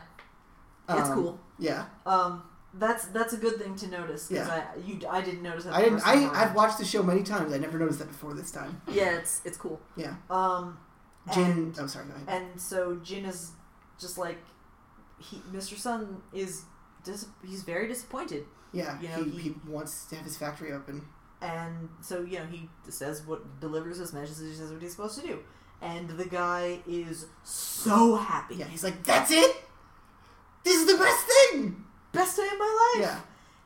Speaker 2: it's
Speaker 3: Um,
Speaker 2: cool.
Speaker 3: Yeah.
Speaker 2: Um, that's that's a good thing to notice because
Speaker 3: Yeah.
Speaker 2: I you I didn't notice that.
Speaker 3: I
Speaker 2: the
Speaker 3: didn't.
Speaker 2: first
Speaker 3: I
Speaker 2: time
Speaker 3: I've
Speaker 2: around.
Speaker 3: watched the show many times. I never noticed that before this time.
Speaker 2: Yeah, it's it's cool.
Speaker 3: Yeah.
Speaker 2: Um,
Speaker 3: Jin.
Speaker 2: and-
Speaker 3: I'm sorry. Go ahead.
Speaker 2: and so Jin is just like he, Mr. Sun is dis- he's very disappointed
Speaker 3: Yeah.
Speaker 2: you know,
Speaker 3: he,
Speaker 2: he-
Speaker 3: he wants to have his factory open.
Speaker 2: and so you know he says what delivers his message he says what he's supposed to do and the guy is so happy
Speaker 3: Yeah. He's like, that's it. This is the best thing.
Speaker 2: best day of my life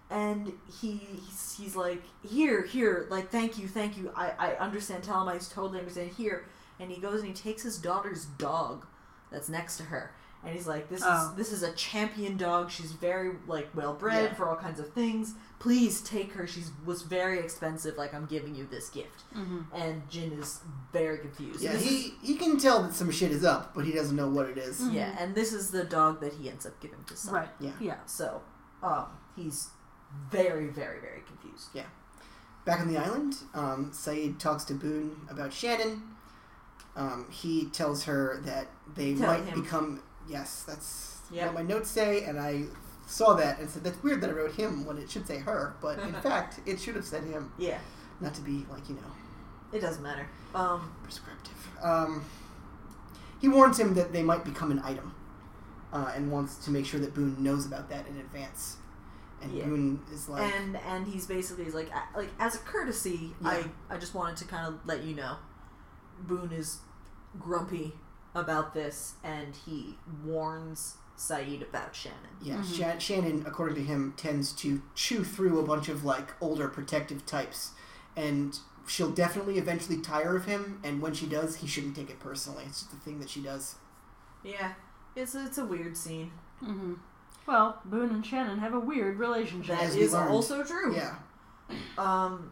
Speaker 3: Yeah.
Speaker 2: and he he's, he's like here here like thank you thank you i i understand tell him i totally understand here and he goes and he takes his daughter's dog that's next to her and he's like this
Speaker 1: Oh.
Speaker 2: is this is a champion dog she's very like well bred
Speaker 3: Yeah.
Speaker 2: for all kinds of things please take her she's was very expensive like i'm giving you this gift
Speaker 1: Mm-hmm.
Speaker 2: and Jin is very confused.
Speaker 3: Yeah,
Speaker 2: This is-
Speaker 3: he, he can tell that some shit is up, but he doesn't know what it is.
Speaker 1: Mhm.
Speaker 2: yeah, and this is the dog that he ends up giving to Sun.
Speaker 1: Right.
Speaker 3: Yeah.
Speaker 1: Yeah.
Speaker 2: So, um, he's very, very, very confused.
Speaker 3: Back on the island, um, Saeed talks to Boone about Shannon. Um, he tells her that they
Speaker 2: Tell
Speaker 3: might
Speaker 2: him.
Speaker 3: become. Yes, that's
Speaker 2: Yep.
Speaker 3: what my notes say, and I saw that and said, that's weird that I wrote him when it should say her, but in fact, it should have said him.
Speaker 2: Yeah,
Speaker 3: Not to be, like, you know,
Speaker 2: it doesn't matter. Um,
Speaker 3: prescriptive. Um, he warns him that they might become an item, uh, and wants to make sure that Boone knows about that in advance. And
Speaker 2: Yeah.
Speaker 3: Boone is like,
Speaker 2: and and he's basically like, I- like as a courtesy, I
Speaker 3: Yeah.
Speaker 2: I just wanted to kind of let you know, Boone is grumpy about this, and he warns Saeed about Shannon.
Speaker 3: yeah,
Speaker 1: Mhm.
Speaker 3: Shan Shannon, according to him, tends to chew through a bunch of like older protective types, and she'll definitely eventually tire of him. And when she does, he shouldn't take it personally. It's just the thing that she does.
Speaker 2: Yeah, it's it's a weird scene.
Speaker 1: Mm-hmm. Well, Boone and Shannon have a weird relationship.
Speaker 2: That
Speaker 3: As we
Speaker 2: is
Speaker 3: learned.
Speaker 2: also true.
Speaker 3: Yeah,
Speaker 2: Um,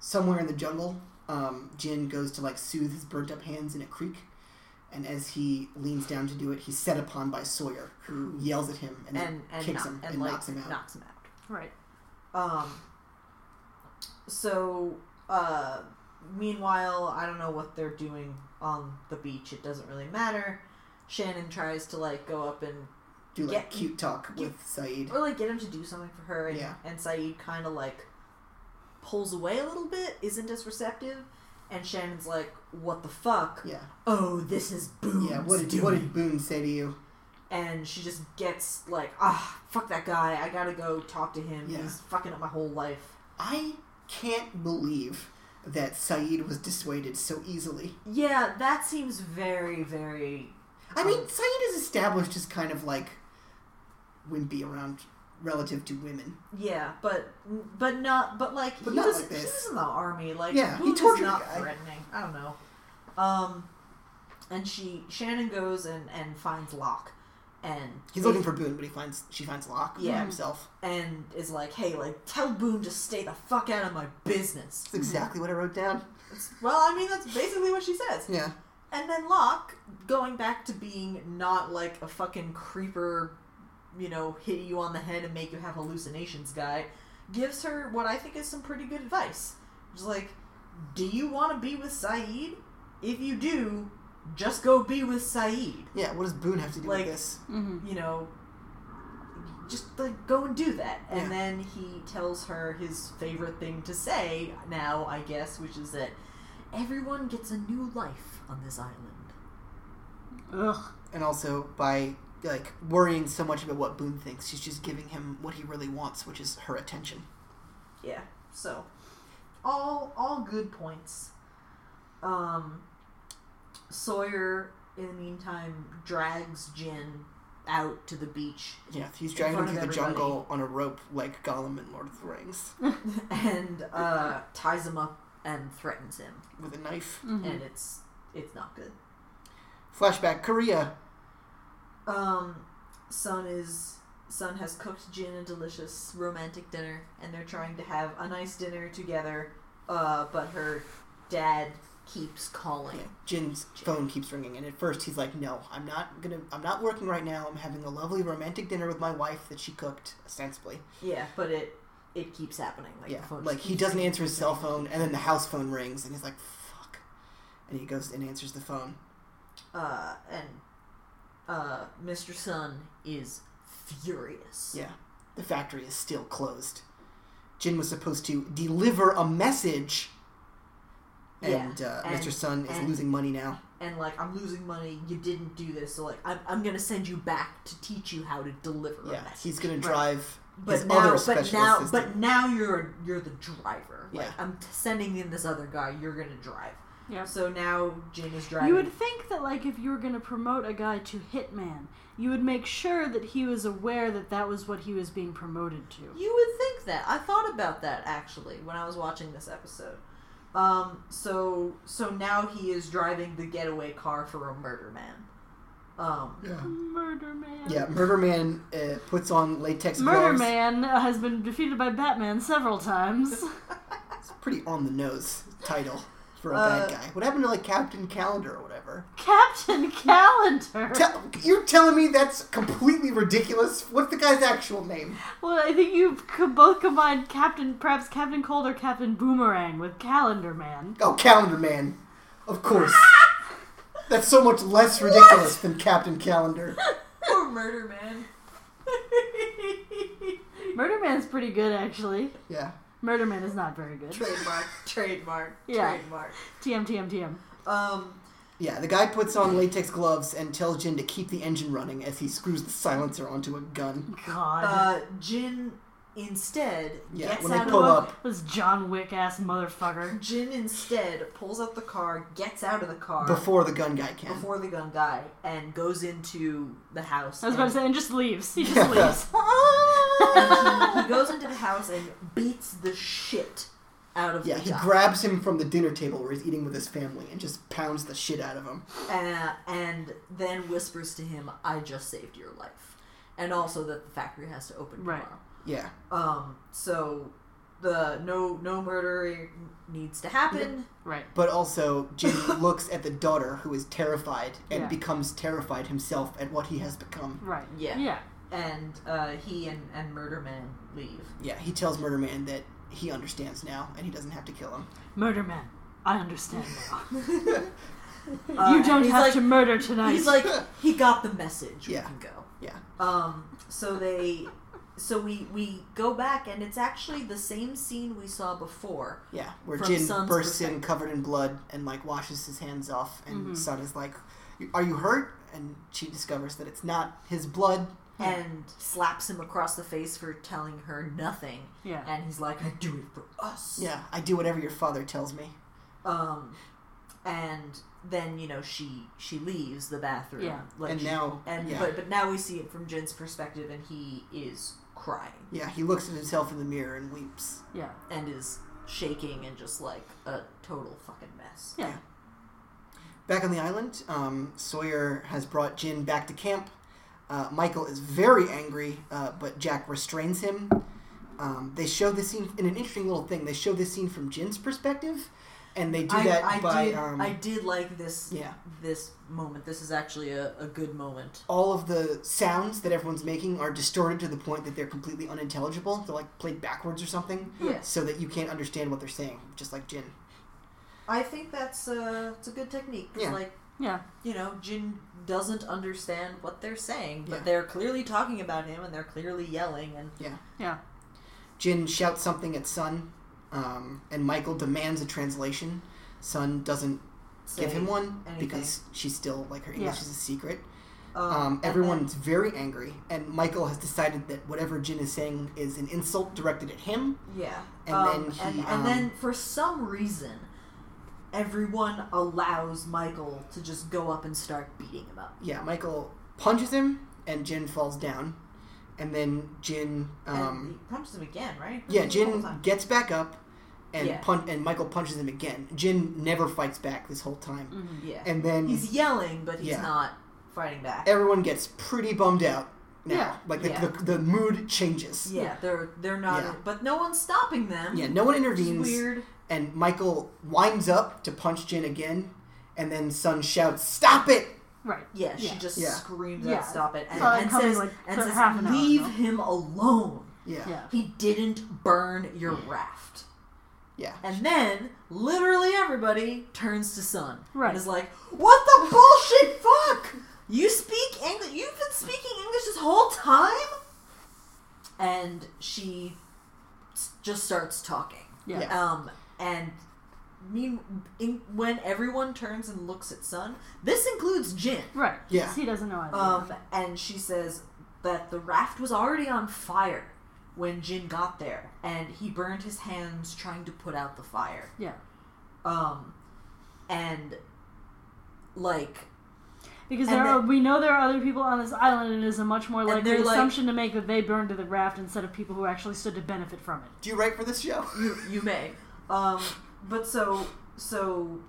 Speaker 3: somewhere in the jungle, um, Jin goes to like soothe his burnt up hands in a creek, And as he leans down to do it, he's set upon by Sawyer, who yells at him and, then
Speaker 2: and and,
Speaker 3: kicks
Speaker 2: knock-
Speaker 3: him
Speaker 2: and,
Speaker 3: and,
Speaker 2: like,
Speaker 3: knocks him out.
Speaker 2: Knocks him out.
Speaker 1: Right.
Speaker 2: Um, so, uh, meanwhile, I don't know what they're doing on the beach. It doesn't really matter. Shannon tries to like go up and
Speaker 3: Do
Speaker 2: Get-
Speaker 3: like cute talk with Saeed.
Speaker 2: or like get him to do something for her, and
Speaker 3: Yeah.
Speaker 2: and Saeed kind of like pulls away a little bit, isn't as receptive, and Shannon's like, "What the fuck?
Speaker 3: Yeah,
Speaker 2: Oh, this is Boone's
Speaker 3: yeah. What did
Speaker 2: doing."
Speaker 3: what did Boone say to you?
Speaker 2: and she just gets like, "Ah, fuck that guy. I gotta go talk to him.
Speaker 3: Yeah.
Speaker 2: He's fucking up my whole life."
Speaker 3: I can't believe that Saeed was dissuaded so easily.
Speaker 2: Yeah, that seems very, very
Speaker 3: I mean,
Speaker 2: Oh.
Speaker 3: Saeed is established as kind of like wimpy around relative to women.
Speaker 2: Yeah, but but not but like
Speaker 3: But
Speaker 2: he
Speaker 3: not
Speaker 2: was
Speaker 3: like
Speaker 2: he
Speaker 3: this.
Speaker 2: was in the army like
Speaker 3: Yeah, he
Speaker 2: Boone is
Speaker 3: tortured a
Speaker 2: not
Speaker 3: guy.
Speaker 2: threatening. I don't know. Um, and she Shannon goes and and finds Locke, and
Speaker 3: He's looking for Boone, but he finds she finds Locke
Speaker 2: Yeah.
Speaker 3: by himself.
Speaker 2: and is like, hey, like tell Boone to stay the fuck out of my business.
Speaker 3: That's exactly what I wrote down.
Speaker 2: Well, I mean that's basically what she says.
Speaker 3: Yeah.
Speaker 2: And then Locke going back to being not like a fucking creeper, you know, hit you on the head and make you have hallucinations guy, gives her what I think is some pretty good advice. Just like, do you want to be with Saeed? If you do, just go be with Saeed.
Speaker 3: Yeah, what does Boone have to do
Speaker 2: Like-
Speaker 3: with this?
Speaker 1: Mm-hmm.
Speaker 2: You know, just like go and do that. And
Speaker 3: Yeah.
Speaker 2: then he tells her his favorite thing to say now, I guess, which is that everyone gets a new life on this island.
Speaker 1: Ugh.
Speaker 3: And also by like worrying so much about what Boone thinks, she's just giving him what he really wants, which is her attention.
Speaker 2: yeah so all all good points um sawyer in the meantime drags jin out to the beach
Speaker 3: Yeah, he's dragging him
Speaker 2: front
Speaker 3: through
Speaker 2: of
Speaker 3: the
Speaker 2: everybody.
Speaker 3: jungle on a rope like Gollum in Lord of the Rings
Speaker 2: and uh ties him up and threatens him
Speaker 3: with a knife.
Speaker 1: Mm-hmm.
Speaker 2: and it's it's not good
Speaker 3: Flashback Korea.
Speaker 2: um sun is sun has cooked jin a delicious romantic dinner and they're trying to have a nice dinner together uh but her dad keeps calling
Speaker 3: Yeah, Jin's phone keeps ringing, and at first he's like, "No, I'm not gonna. I'm not working right now. I'm having a lovely romantic dinner with my wife that she cooked, ostensibly."
Speaker 2: Yeah, but it it keeps happening. Like
Speaker 3: yeah,
Speaker 2: the phone
Speaker 3: like
Speaker 2: just
Speaker 3: he
Speaker 2: keeps
Speaker 3: doesn't
Speaker 2: ringing.
Speaker 3: answer his cell phone, and then the house phone rings, and he's like, "Fuck," and he goes and answers the phone.
Speaker 2: Uh, and uh, Mr. Sun is furious.
Speaker 3: Yeah, the factory is still closed. Jin was supposed to deliver a message, and, uh,
Speaker 2: and-
Speaker 3: Mr. Sun is
Speaker 2: and-
Speaker 3: losing money now.
Speaker 2: And like, I'm losing money. You didn't do this, so like, I'm, I'm gonna send you back to teach you how to deliver. a
Speaker 3: Yeah,
Speaker 2: message.
Speaker 3: he's gonna drive
Speaker 2: But
Speaker 3: his
Speaker 2: now,
Speaker 3: other
Speaker 2: but
Speaker 3: special
Speaker 2: now,
Speaker 3: assistant.
Speaker 2: but now you're you're the driver.
Speaker 3: Yeah.
Speaker 2: Like, I'm t- sending in this other guy. You're gonna drive.
Speaker 1: Yeah.
Speaker 2: So now Jin is driving.
Speaker 1: You would think that, like, if you were going to promote a guy to hitman, you would make sure that he was aware that that was what he was being promoted to.
Speaker 2: You would think that. I thought about that actually when I was watching this episode. Um, so so now he is driving the getaway car for a murder man. Um,
Speaker 3: yeah.
Speaker 1: Murder man.
Speaker 3: Yeah, Murder Man uh, puts on latex
Speaker 1: Murder
Speaker 3: gloves.
Speaker 1: Man uh, has been defeated by Batman several times.
Speaker 3: It's pretty on the nose title for a
Speaker 2: Uh,
Speaker 3: bad guy. What happened to like Captain Calendar or whatever?
Speaker 1: Captain Calendar.
Speaker 3: Tell, you're telling me that's completely ridiculous. What's the guy's actual name?
Speaker 1: Well, I think you co- both combined Captain, perhaps Captain Cold or Captain Boomerang with Calendar Man.
Speaker 3: Oh, Calendar Man. Of course. that's so much less ridiculous than Captain Calendar.
Speaker 2: poor murder man.
Speaker 1: Murder Man's pretty good, actually.
Speaker 3: Yeah.
Speaker 1: Murder Man is not very good.
Speaker 2: trademark, trademark,
Speaker 1: Yeah.
Speaker 2: trademark.
Speaker 1: TM, TM, TM.
Speaker 2: Um,
Speaker 3: Yeah, the guy puts on latex gloves and tells Jin to keep the engine running as he screws the silencer onto a gun.
Speaker 1: God.
Speaker 2: uh, Jin instead
Speaker 3: Yeah,
Speaker 2: gets
Speaker 3: when they
Speaker 2: out
Speaker 3: pull
Speaker 2: of
Speaker 3: up,
Speaker 1: this John Wick ass motherfucker.
Speaker 2: Jin instead pulls out the car, gets out of the car
Speaker 3: before the gun guy can.
Speaker 2: before the gun guy and goes into the house.
Speaker 1: I was
Speaker 2: and,
Speaker 1: about to say, and just leaves. He just leaves.
Speaker 2: and he, he goes into the house and beats the shit out of
Speaker 3: Yeah,
Speaker 2: the
Speaker 3: he
Speaker 2: guy.
Speaker 3: grabs him from the dinner table where he's eating with his family and just pounds the shit out of him.
Speaker 2: uh, and then whispers to him, "I just saved your life," and also that the factory has to open
Speaker 1: Right.
Speaker 2: tomorrow.
Speaker 3: Yeah.
Speaker 2: Um, so the no no murder needs to happen.
Speaker 1: Right.
Speaker 3: But also, Jin looks at the daughter who is terrified and
Speaker 1: Yeah.
Speaker 3: becomes terrified himself at what he has become.
Speaker 1: Right.
Speaker 2: Yeah.
Speaker 1: Yeah.
Speaker 2: And uh, he and and Murderman leave.
Speaker 3: Yeah, he tells Murder Man that he understands now and he doesn't have to kill him.
Speaker 1: Murder man. I understand now.
Speaker 2: Uh,
Speaker 1: you don't
Speaker 2: he's
Speaker 1: have
Speaker 2: like-
Speaker 1: to murder tonight.
Speaker 2: He's like, he got the message.
Speaker 3: Yeah.
Speaker 2: We can go.
Speaker 3: Yeah.
Speaker 2: Um. So they, so we we go back, and it's actually the same scene we saw before.
Speaker 3: Yeah, where
Speaker 2: From
Speaker 3: Jin
Speaker 2: Sun's
Speaker 3: bursts in
Speaker 2: perspective. Mm-hmm.
Speaker 3: covered in blood and like washes his hands off, and
Speaker 1: Mhm.
Speaker 3: Sun is like, "Are you hurt?" And she discovers that it's not his blood.
Speaker 2: And slaps him across the face for telling her nothing,
Speaker 1: yeah.
Speaker 2: and he's like, "I do it for us."
Speaker 3: Yeah, I do whatever your father tells me.
Speaker 2: Um, and then you know she she leaves the bathroom.
Speaker 1: Yeah.
Speaker 2: Like
Speaker 3: and
Speaker 2: she-
Speaker 3: now,
Speaker 2: and
Speaker 3: yeah,
Speaker 2: but but now we see it from Jin's perspective, and he is crying
Speaker 3: yeah, he looks at himself in the mirror and weeps.
Speaker 1: Yeah.
Speaker 2: and is shaking and just like a total fucking mess.
Speaker 1: Yeah.
Speaker 3: Back on the island, um, Sawyer has brought Jin back to camp. Uh, Michael is very angry, uh, but Jack restrains him. Um, they show this scene in an interesting little thing. They show this scene from Jin's perspective, and they do
Speaker 2: I,
Speaker 3: that
Speaker 2: I
Speaker 3: by
Speaker 2: did,
Speaker 3: um,
Speaker 2: I did like this
Speaker 3: yeah.
Speaker 2: this moment. This is actually a, a good moment.
Speaker 3: all of the sounds that everyone's making are distorted to the point that they're completely unintelligible. They're like played backwards or something,
Speaker 2: Yeah.
Speaker 3: so that you can't understand what they're saying. Just like Jin.
Speaker 2: I think that's a, it's a good technique. 'cause,
Speaker 3: Yeah.
Speaker 2: Like,
Speaker 1: Yeah.
Speaker 2: you know, Jin doesn't understand what they're saying, but
Speaker 3: Yeah.
Speaker 2: they're clearly talking about him and they're clearly yelling and
Speaker 1: Yeah.
Speaker 3: Jin shouts something at Sun, um, and Michael demands a translation. Sun doesn't
Speaker 2: saying
Speaker 3: give him one
Speaker 2: anything.
Speaker 3: because she's still like her English
Speaker 1: Yeah.
Speaker 3: is a secret.
Speaker 2: Um,
Speaker 3: Um,
Speaker 2: and
Speaker 3: everyone's very angry, and Michael has decided that whatever Jin is saying is an insult directed at him.
Speaker 2: then- yeah.
Speaker 3: and
Speaker 2: Um,
Speaker 3: then he,
Speaker 2: and, and
Speaker 3: um,
Speaker 2: then for some reason, everyone allows Michael to just go up and start beating him up.
Speaker 3: Yeah, Michael punches him, and Jin falls down, and then Jin. Um,
Speaker 2: and he punches him again, right?
Speaker 3: Yeah,
Speaker 2: The whole
Speaker 3: Jin
Speaker 2: time.
Speaker 3: gets back up, and
Speaker 2: Yeah.
Speaker 3: pun- and Michael punches him again. Jin never fights back this whole time,
Speaker 1: Mm-hmm.
Speaker 2: Yeah.
Speaker 3: and then
Speaker 2: he's yelling, but he's
Speaker 3: Mm. Yeah.
Speaker 2: not fighting back.
Speaker 3: everyone gets pretty bummed out. Now.
Speaker 1: Yeah.
Speaker 3: like the,
Speaker 2: Yeah.
Speaker 3: the, the mood changes.
Speaker 2: Yeah, they're they're not,
Speaker 3: Yeah.
Speaker 2: but no one's stopping them.
Speaker 3: Yeah, no one
Speaker 2: which is
Speaker 3: intervenes,
Speaker 2: weird.
Speaker 3: and Michael winds up to punch Jin again, and then Sun shouts, "Stop it!"
Speaker 1: Right.
Speaker 2: Yeah, she
Speaker 1: Yeah.
Speaker 2: just
Speaker 3: Yeah.
Speaker 2: screams
Speaker 1: Yeah.
Speaker 2: out, "Stop it!" and,
Speaker 1: Saw that
Speaker 2: and
Speaker 1: coming,
Speaker 2: says,
Speaker 1: like,
Speaker 2: and
Speaker 1: for
Speaker 2: says
Speaker 1: half an hour
Speaker 2: "Leave
Speaker 1: ago."
Speaker 2: him alone.
Speaker 3: Yeah,
Speaker 1: Yeah.
Speaker 2: He didn't burn your raft."
Speaker 3: yeah.
Speaker 2: And then literally everybody turns to Sun
Speaker 1: Right.
Speaker 2: and is like, "What the bullshit? Fuck! You speak English? You've been speaking English this whole time?" And she s- just starts talking.
Speaker 1: Yeah.
Speaker 3: Yeah.
Speaker 2: Um, and mean in, when everyone turns and looks at Sun, this includes Jin.
Speaker 1: Right.
Speaker 3: Yeah.
Speaker 1: 'cause He doesn't know either.
Speaker 2: Um, and she says that the raft was already on fire when Jin got there, and he burned his hands trying to put out the fire.
Speaker 1: Yeah.
Speaker 2: Um, and like
Speaker 1: because
Speaker 2: and
Speaker 1: there are,
Speaker 2: that-
Speaker 1: we know there are other people on this island, and it is a much more
Speaker 2: And
Speaker 1: likely
Speaker 2: they're like-
Speaker 1: assumption to make that they burned to the raft instead of people who actually stood to benefit from it.
Speaker 3: Do you write for this show?
Speaker 2: you, you may. Um, but so so,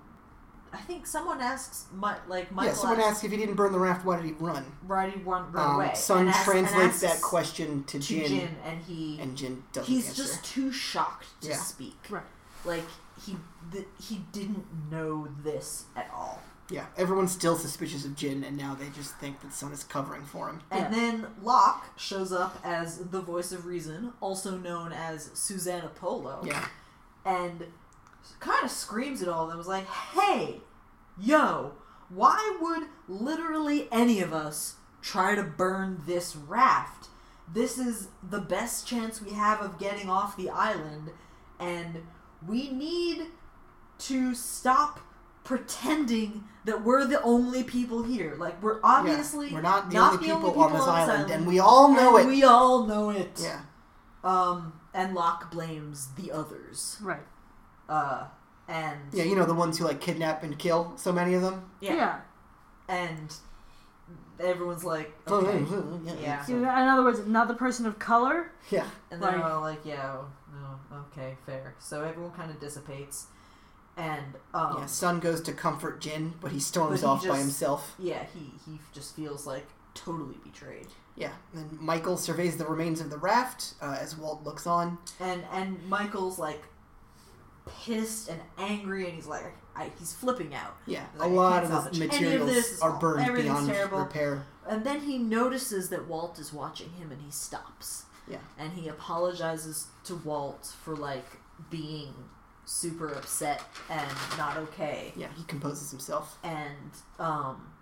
Speaker 2: I think someone asks, Mi- like Michael,
Speaker 3: yeah, someone
Speaker 2: asks,
Speaker 3: asked if he didn't burn the raft, why did he run?
Speaker 2: Roddy run, run
Speaker 3: Um,
Speaker 2: away.
Speaker 3: Sun
Speaker 2: and asks- and
Speaker 3: translates
Speaker 2: asks
Speaker 3: that question to,
Speaker 2: to
Speaker 3: Jin,
Speaker 2: Jin, and he
Speaker 3: and Jin doesn't
Speaker 2: he's
Speaker 3: answer.
Speaker 2: just too shocked to
Speaker 3: Yeah.
Speaker 2: speak.
Speaker 1: Right.
Speaker 2: Like he th- he didn't know this at all.
Speaker 3: Yeah, everyone's still suspicious of Jin, and now they just think that Sun is covering for him.
Speaker 2: And
Speaker 1: Yeah.
Speaker 2: then Locke shows up as the voice of reason, also known as Susanna Polo,
Speaker 3: Yeah,
Speaker 2: and kind of screams at all of them. Was like, "Hey, yo, why would literally any of us try to burn this raft? This is the best chance we have of getting off the island, and we need to stop." pretending that we're the only people here like we're obviously
Speaker 3: yeah. we're not the only people on
Speaker 2: people
Speaker 3: this island, and we all know
Speaker 2: and
Speaker 3: it.
Speaker 2: We all know it.
Speaker 3: yeah,
Speaker 2: Um, and Locke blames the others.
Speaker 1: Right.
Speaker 2: Uh, and
Speaker 3: yeah, you know the ones who like kidnap and kill so many of them.
Speaker 2: yeah.
Speaker 1: yeah.
Speaker 2: and everyone's like, okay. Yeah.
Speaker 1: In other words, not the person of color.
Speaker 3: Oh, yeah,
Speaker 2: and they're
Speaker 1: Like-
Speaker 2: all like, yeah, oh, no, okay, fair. So everyone kind of dissipates, and um,
Speaker 3: yeah. Sun goes to comfort Jin, but he
Speaker 2: But
Speaker 3: storms
Speaker 2: he
Speaker 3: off by
Speaker 2: just-
Speaker 3: himself.
Speaker 2: yeah, he he just feels like totally betrayed.
Speaker 3: Yeah. And then Michael surveys the remains of the raft uh, as Walt looks on.
Speaker 2: And and Michael's like pissed and angry, and he's like, I, he's flipping out.
Speaker 3: Yeah.
Speaker 2: Like, I
Speaker 3: a lot
Speaker 2: can't
Speaker 3: of
Speaker 2: salvage
Speaker 3: his
Speaker 2: any of
Speaker 3: materials
Speaker 2: this. It's
Speaker 3: are
Speaker 2: all-
Speaker 3: burned
Speaker 2: everything's
Speaker 3: beyond
Speaker 2: terrible.
Speaker 3: repair.
Speaker 2: And then he notices that Walt is watching him, and he stops.
Speaker 3: Yeah.
Speaker 2: And he apologizes to Walt for like being super upset and not okay.
Speaker 3: Yeah. He composes himself.
Speaker 2: and um,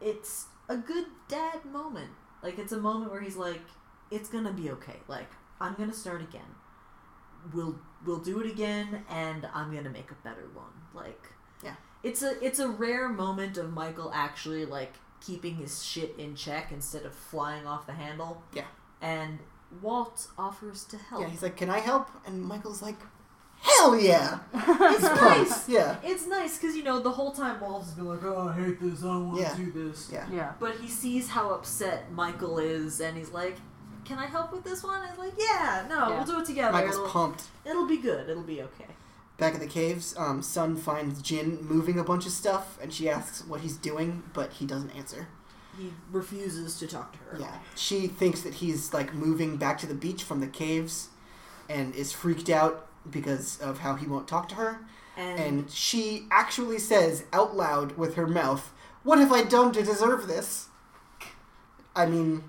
Speaker 2: it's a good dad moment. Like it's a moment where he's like, "It's gonna be okay. Like I'm gonna start again. We'll we'll do it again, and I'm gonna make a better one." Like,
Speaker 3: Yeah.
Speaker 2: it's a it's a rare moment of Michael actually like keeping his shit in check instead of flying off the handle.
Speaker 3: Yeah.
Speaker 2: and Walt offers to help.
Speaker 3: Yeah. He's like, "Can I help?" And Michael's like, "Hell yeah!" He's pumped. Yeah.
Speaker 2: it's nice because you know the whole time Walt's been like, "Oh, I hate this. I don't want to
Speaker 3: Yeah.
Speaker 2: do this."
Speaker 1: Yeah.
Speaker 2: But he sees how upset Michael is, and he's like, "Can I help with this one?" And he's like, "Yeah, no,
Speaker 1: Yeah.
Speaker 2: we'll do it together. It'll,
Speaker 3: Michael's pumped.
Speaker 2: it'll be good. It'll be okay."
Speaker 3: Back at the caves, um, Sun finds Jin moving a bunch of stuff, and she asks what he's doing, but he doesn't answer.
Speaker 2: He refuses to talk to her.
Speaker 3: Yeah, she thinks that he's like moving back to the beach from the caves, and is freaked out because of how he won't talk to her.
Speaker 2: and,
Speaker 3: And she actually says out loud with her mouth, "What have I done to deserve this?" I mean,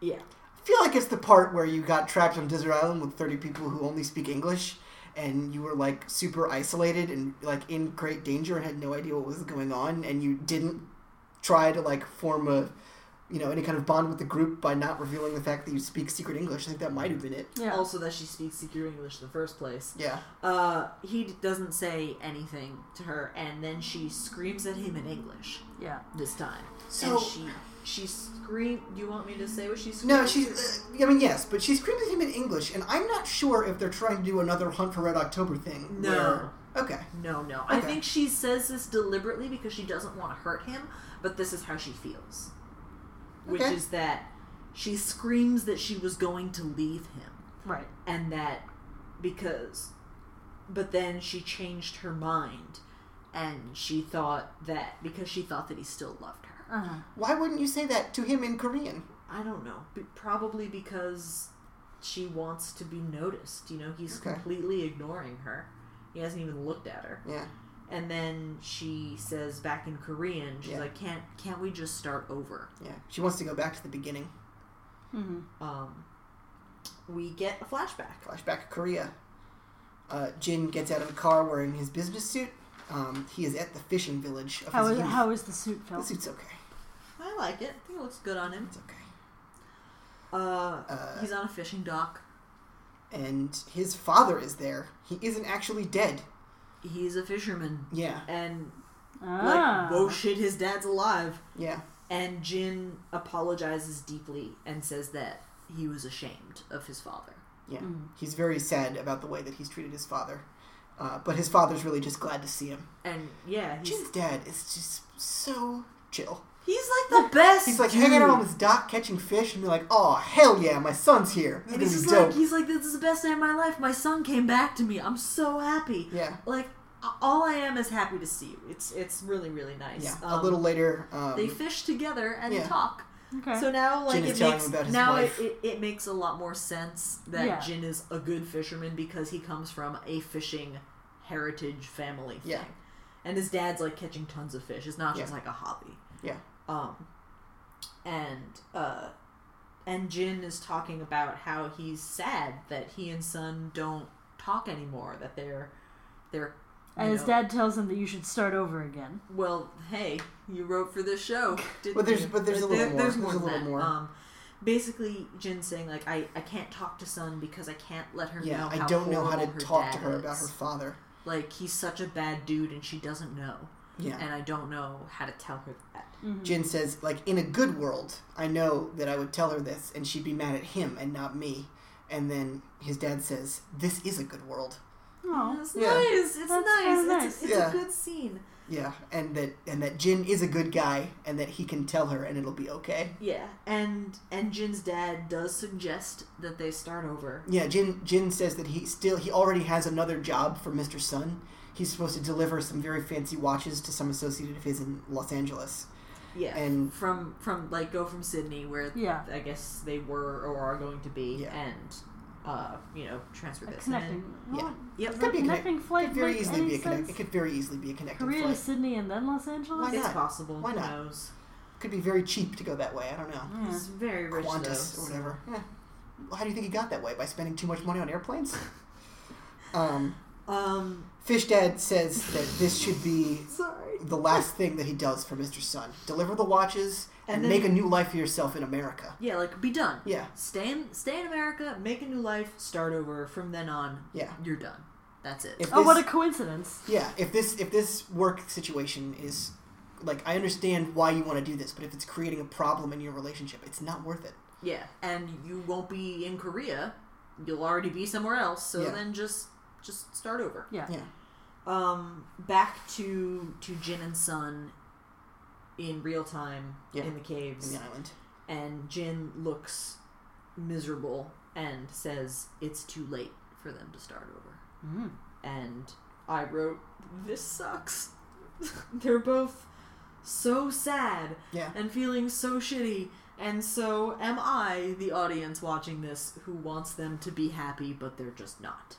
Speaker 2: yeah,
Speaker 3: I feel like it's the part where you got trapped on desert island with 30 people who only speak English and you were like super isolated and like in great danger and had no idea what was going on and you didn't try to like form a you know any kind of bond with the group by not revealing the fact that you speak secret English. I think that might have been it.
Speaker 1: Yeah.
Speaker 2: also that she speaks secret English in the first place.
Speaker 3: Yeah.
Speaker 2: Uh, he d- doesn't say anything to her, and then she screams at him in English
Speaker 1: Yeah.
Speaker 2: this time.
Speaker 3: So-
Speaker 2: and she she scream. Do you want me to say what she screamed?
Speaker 3: No, she's. Uh, I mean, yes, but she screamed at him in English, and I'm not sure if they're trying to do another Hunt for Red October thing.
Speaker 2: No.
Speaker 3: where- okay.
Speaker 2: No, no. I
Speaker 3: Okay.
Speaker 2: think she says this deliberately because she doesn't want to hurt him, but this is how she feels. Which
Speaker 3: Okay.
Speaker 2: is that she screams that she was going to leave him
Speaker 1: Right.
Speaker 2: and that because but then she changed her mind and she thought that because she thought that he still loved her.
Speaker 1: Uh-huh.
Speaker 3: Why wouldn't you say that to him in Korean?
Speaker 2: I don't know. B- probably because she wants to be noticed. You know, he's
Speaker 3: Okay.
Speaker 2: completely ignoring her. He hasn't even looked at her.
Speaker 3: Yeah.
Speaker 2: and then she says back in Korean, she's
Speaker 3: Yeah.
Speaker 2: like, "Can't can't we just start over?"
Speaker 3: Yeah. She wants to go back to the beginning.
Speaker 1: Mm-hmm.
Speaker 2: Um, we get a flashback.
Speaker 3: Flashback Korea. Uh, Jin gets out of the car wearing his business suit. Um, he is at the fishing village of
Speaker 1: How
Speaker 3: his
Speaker 1: is
Speaker 3: youth.
Speaker 1: how is the suit
Speaker 3: the
Speaker 1: felt?
Speaker 3: suit's okay.
Speaker 2: I like it. I think it looks good on him.
Speaker 3: It's okay.
Speaker 2: Uh,
Speaker 3: Uh,
Speaker 2: he's on a fishing dock.
Speaker 3: and his father is there. He isn't actually dead.
Speaker 2: He's a fisherman,
Speaker 3: Yeah.
Speaker 2: and like,
Speaker 1: Ah.
Speaker 2: whoa, shit, his dad's alive.
Speaker 3: Yeah.
Speaker 2: And Jin apologizes deeply and says that he was ashamed of his father.
Speaker 3: Yeah.
Speaker 1: Mm.
Speaker 3: He's very sad about the way that he's treated his father. Uh, but his father's really just glad to see him.
Speaker 2: And yeah, he's,
Speaker 3: Jin's dad is just so chill.
Speaker 2: he's like the best.
Speaker 3: He's like
Speaker 2: dude.
Speaker 3: hanging out on this dock catching fish and be like, oh, hell yeah, my son's here. This
Speaker 2: And he's
Speaker 3: is
Speaker 2: just
Speaker 3: gonna be
Speaker 2: like,
Speaker 3: dope.
Speaker 2: he's like, this is the best day of my life. My son came back to me. I'm so happy.
Speaker 3: Yeah.
Speaker 2: Like, a- all I am is happy to see you. It's it's really really nice.
Speaker 3: Yeah. a
Speaker 2: Um,
Speaker 3: little later. Um,
Speaker 2: They fish together and
Speaker 3: Yeah.
Speaker 2: talk.
Speaker 1: Okay.
Speaker 2: So now like
Speaker 3: Jin is
Speaker 2: it
Speaker 3: telling
Speaker 2: makes
Speaker 3: him about his
Speaker 2: now it,
Speaker 3: wife.
Speaker 2: it, it makes a lot more sense that
Speaker 1: Yeah.
Speaker 2: Jin is a good fisherman because he comes from a fishing heritage family thing.
Speaker 3: Yeah.
Speaker 2: And his dad's like catching tons of fish. It's not just
Speaker 3: Yeah.
Speaker 2: like a hobby.
Speaker 3: Yeah.
Speaker 2: Um and uh and Jin is talking about how he's sad that he and Sun don't talk anymore, that they're they're you
Speaker 1: and his
Speaker 2: know,
Speaker 1: dad tells him that you should start over again.
Speaker 2: well, hey, you wrote for this show. Didn't
Speaker 3: But there's-
Speaker 2: you?
Speaker 3: but there's a little more.
Speaker 2: There's
Speaker 3: There's
Speaker 2: more.
Speaker 3: a
Speaker 2: than
Speaker 3: little
Speaker 2: that.
Speaker 3: more.
Speaker 2: Um, basically, Jin saying like, I, I can't talk to Sun because I can't let her
Speaker 3: yeah,
Speaker 2: know.
Speaker 3: I
Speaker 2: how
Speaker 3: don't know how to
Speaker 2: horrible her
Speaker 3: talk to
Speaker 2: dad
Speaker 3: her
Speaker 2: is.
Speaker 3: about her father.
Speaker 2: Like he's such a bad dude, and she doesn't know,
Speaker 3: Yeah.
Speaker 2: and I don't know how to tell her that.
Speaker 1: Mm-hmm.
Speaker 3: Jin says, like, in a good world, I know that I would tell her this, and she'd be mad at him and not me. And then his dad says, this is a good world.
Speaker 1: Oh.
Speaker 2: It's
Speaker 3: Yeah.
Speaker 2: nice. It's
Speaker 1: That's
Speaker 2: nice.
Speaker 1: kinda
Speaker 2: It's,
Speaker 1: nice.
Speaker 2: it's
Speaker 3: Yeah.
Speaker 2: a good scene.
Speaker 3: Yeah, and that and that Jin is a good guy, and that he can tell her, and it'll be okay.
Speaker 2: Yeah, and and Jin's dad does suggest that they start over.
Speaker 3: Yeah, Jin Jin says that he still he already has another job for Mr. Sun. He's supposed to deliver some very fancy watches to some associate of his in Los Angeles.
Speaker 2: Yeah.
Speaker 3: and
Speaker 2: from from like go from Sydney where
Speaker 1: Yeah.
Speaker 2: I guess they were or are going to be
Speaker 3: Yeah.
Speaker 2: and uh you know transfer
Speaker 1: A
Speaker 2: this and then,
Speaker 1: connecting.
Speaker 3: Yeah.
Speaker 1: Well,
Speaker 2: Yep.
Speaker 1: Does
Speaker 3: Could
Speaker 1: a
Speaker 3: be a connect-
Speaker 1: connecting flight
Speaker 3: could very
Speaker 1: make
Speaker 3: easily
Speaker 1: any
Speaker 3: be a connect, it
Speaker 1: sense?
Speaker 3: could very easily be a connecting
Speaker 1: Korea to
Speaker 3: flight.
Speaker 1: Sydney and then Los Angeles.
Speaker 3: Why
Speaker 2: it's
Speaker 3: not?
Speaker 2: possible
Speaker 3: Why not?
Speaker 2: who knows
Speaker 3: Could be very cheap to go that way. I don't know.
Speaker 1: Yeah.
Speaker 2: he's very rich though,
Speaker 3: Qantas
Speaker 2: so-
Speaker 3: or whatever. Yeah. Well, how do you think he got that way? By spending too much money on airplanes? um,
Speaker 2: um
Speaker 3: Fish Dad says that this should be
Speaker 2: sorry
Speaker 3: the last thing that he does for Mr. Sun. Deliver the watches and,
Speaker 2: And then-
Speaker 3: make a new life for yourself in America.
Speaker 2: yeah like be done
Speaker 3: Yeah.
Speaker 2: stay in stay in America make a new life start over from then on
Speaker 3: Yeah.
Speaker 2: you're done that's it
Speaker 3: If
Speaker 1: Oh, what a
Speaker 3: this-
Speaker 1: coincidence!
Speaker 3: Yeah, if this if this work situation is like I understand why you want to do this, but if it's creating a problem in your relationship, it's not worth it.
Speaker 2: yeah and you won't be in Korea you'll already be somewhere else so
Speaker 3: Yeah.
Speaker 2: then just just start over
Speaker 1: Yeah.
Speaker 3: Yeah.
Speaker 2: um back to to Jin and Sun in real time
Speaker 3: Yeah.
Speaker 2: in the
Speaker 3: In
Speaker 2: caves
Speaker 3: the island.
Speaker 2: and Jin looks miserable and says it's too late for them to start over
Speaker 1: Mm.
Speaker 2: and I wrote this sucks they're both so sad
Speaker 3: Yeah.
Speaker 2: and feeling so shitty and so am I the audience watching this who wants them to be happy but they're just not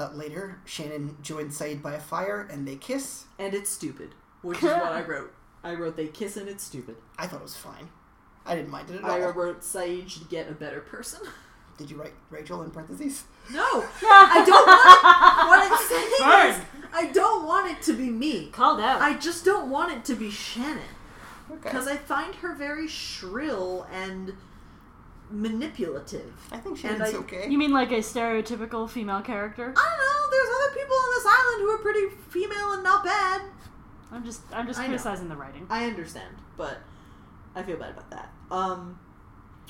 Speaker 3: Uh, later, Shannon joins Said by a fire and they kiss.
Speaker 2: and it's stupid which is what I wrote I wrote they kiss and it's stupid
Speaker 3: I thought it was fine. I didn't mind it at all.
Speaker 2: I wrote Saeed should get a better person.
Speaker 3: Did you write Rachel in parentheses?
Speaker 2: No, I don't want it. What I'm saying
Speaker 1: Burn.
Speaker 2: is, I don't want it to be me.
Speaker 1: Called out.
Speaker 2: I just don't want it to be Shannon
Speaker 3: Okay.
Speaker 2: because I find her very shrill and manipulative.
Speaker 3: I think
Speaker 2: And
Speaker 3: Shannon's
Speaker 2: I-
Speaker 1: you
Speaker 3: okay.
Speaker 1: mean like a stereotypical female character?
Speaker 2: I don't know. There's other people on this island who are pretty female and not bad.
Speaker 1: I'm just I'm just
Speaker 2: I know.
Speaker 1: criticizing the writing.
Speaker 2: I understand, but I feel bad about that. Um,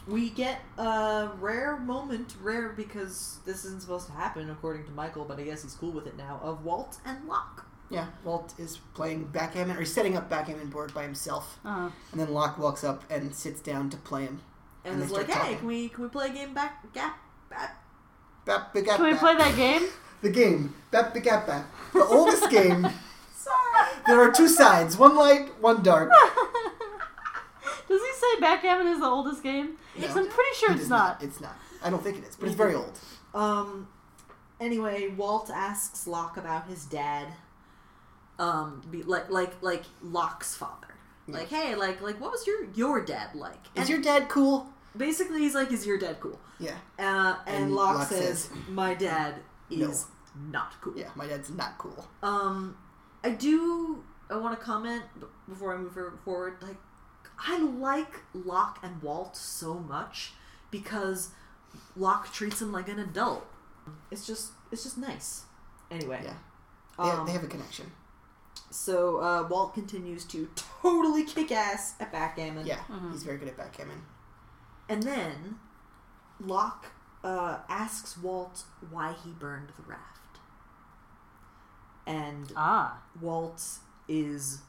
Speaker 2: we get a rare moment, rare because this isn't supposed to happen according to Michael, but I guess he's cool with it now. Of Walt and Locke.
Speaker 3: Yeah, Walt is playing backgammon or he's setting up backgammon board by himself,
Speaker 1: Uh,
Speaker 3: and then Locke walks up and sits down to play him.
Speaker 2: and,
Speaker 3: And
Speaker 2: it's
Speaker 3: they
Speaker 2: like,
Speaker 3: start
Speaker 2: "Hey,
Speaker 3: talking.
Speaker 2: can we can we play a game back gap back?"
Speaker 3: Bap, big,
Speaker 1: can we
Speaker 3: bap.
Speaker 1: play that game?
Speaker 3: The game. Bap, big, bap, bap. The oldest game.
Speaker 2: Sorry.
Speaker 3: There are two sides, one light, one dark.
Speaker 1: Does he say backgammon is the oldest game?
Speaker 3: No.
Speaker 1: Because I'm pretty sure
Speaker 3: It
Speaker 1: it's
Speaker 3: is
Speaker 1: not.
Speaker 3: It's not. I don't think it is, but it's very old.
Speaker 2: Um. Anyway, Walt asks Locke about his dad. Um, be, like like like Locke's father. Like, hey, like like what was your your dad like?
Speaker 3: Is
Speaker 2: And
Speaker 3: your dad cool?
Speaker 2: basically he's like, is your dad cool?
Speaker 3: Yeah.
Speaker 2: Uh, and,
Speaker 3: And
Speaker 2: Locke,
Speaker 3: Locke
Speaker 2: says, my dad
Speaker 3: No.
Speaker 2: is not cool.
Speaker 3: Yeah, my dad's not cool.
Speaker 2: Um, I do. I want to comment b- before I move her forward. Like, I like Locke and Walt so much because Locke treats him like an adult. It's just, it's just nice. Anyway,
Speaker 3: Yeah. They,
Speaker 2: Um,
Speaker 3: they have a connection.
Speaker 2: so uh, Walt continues to totally kick ass at backgammon.
Speaker 3: Yeah, he's very good at backgammon.
Speaker 2: And then Locke uh, asks Walt why he burned the raft. And
Speaker 1: Ah,
Speaker 2: Walt is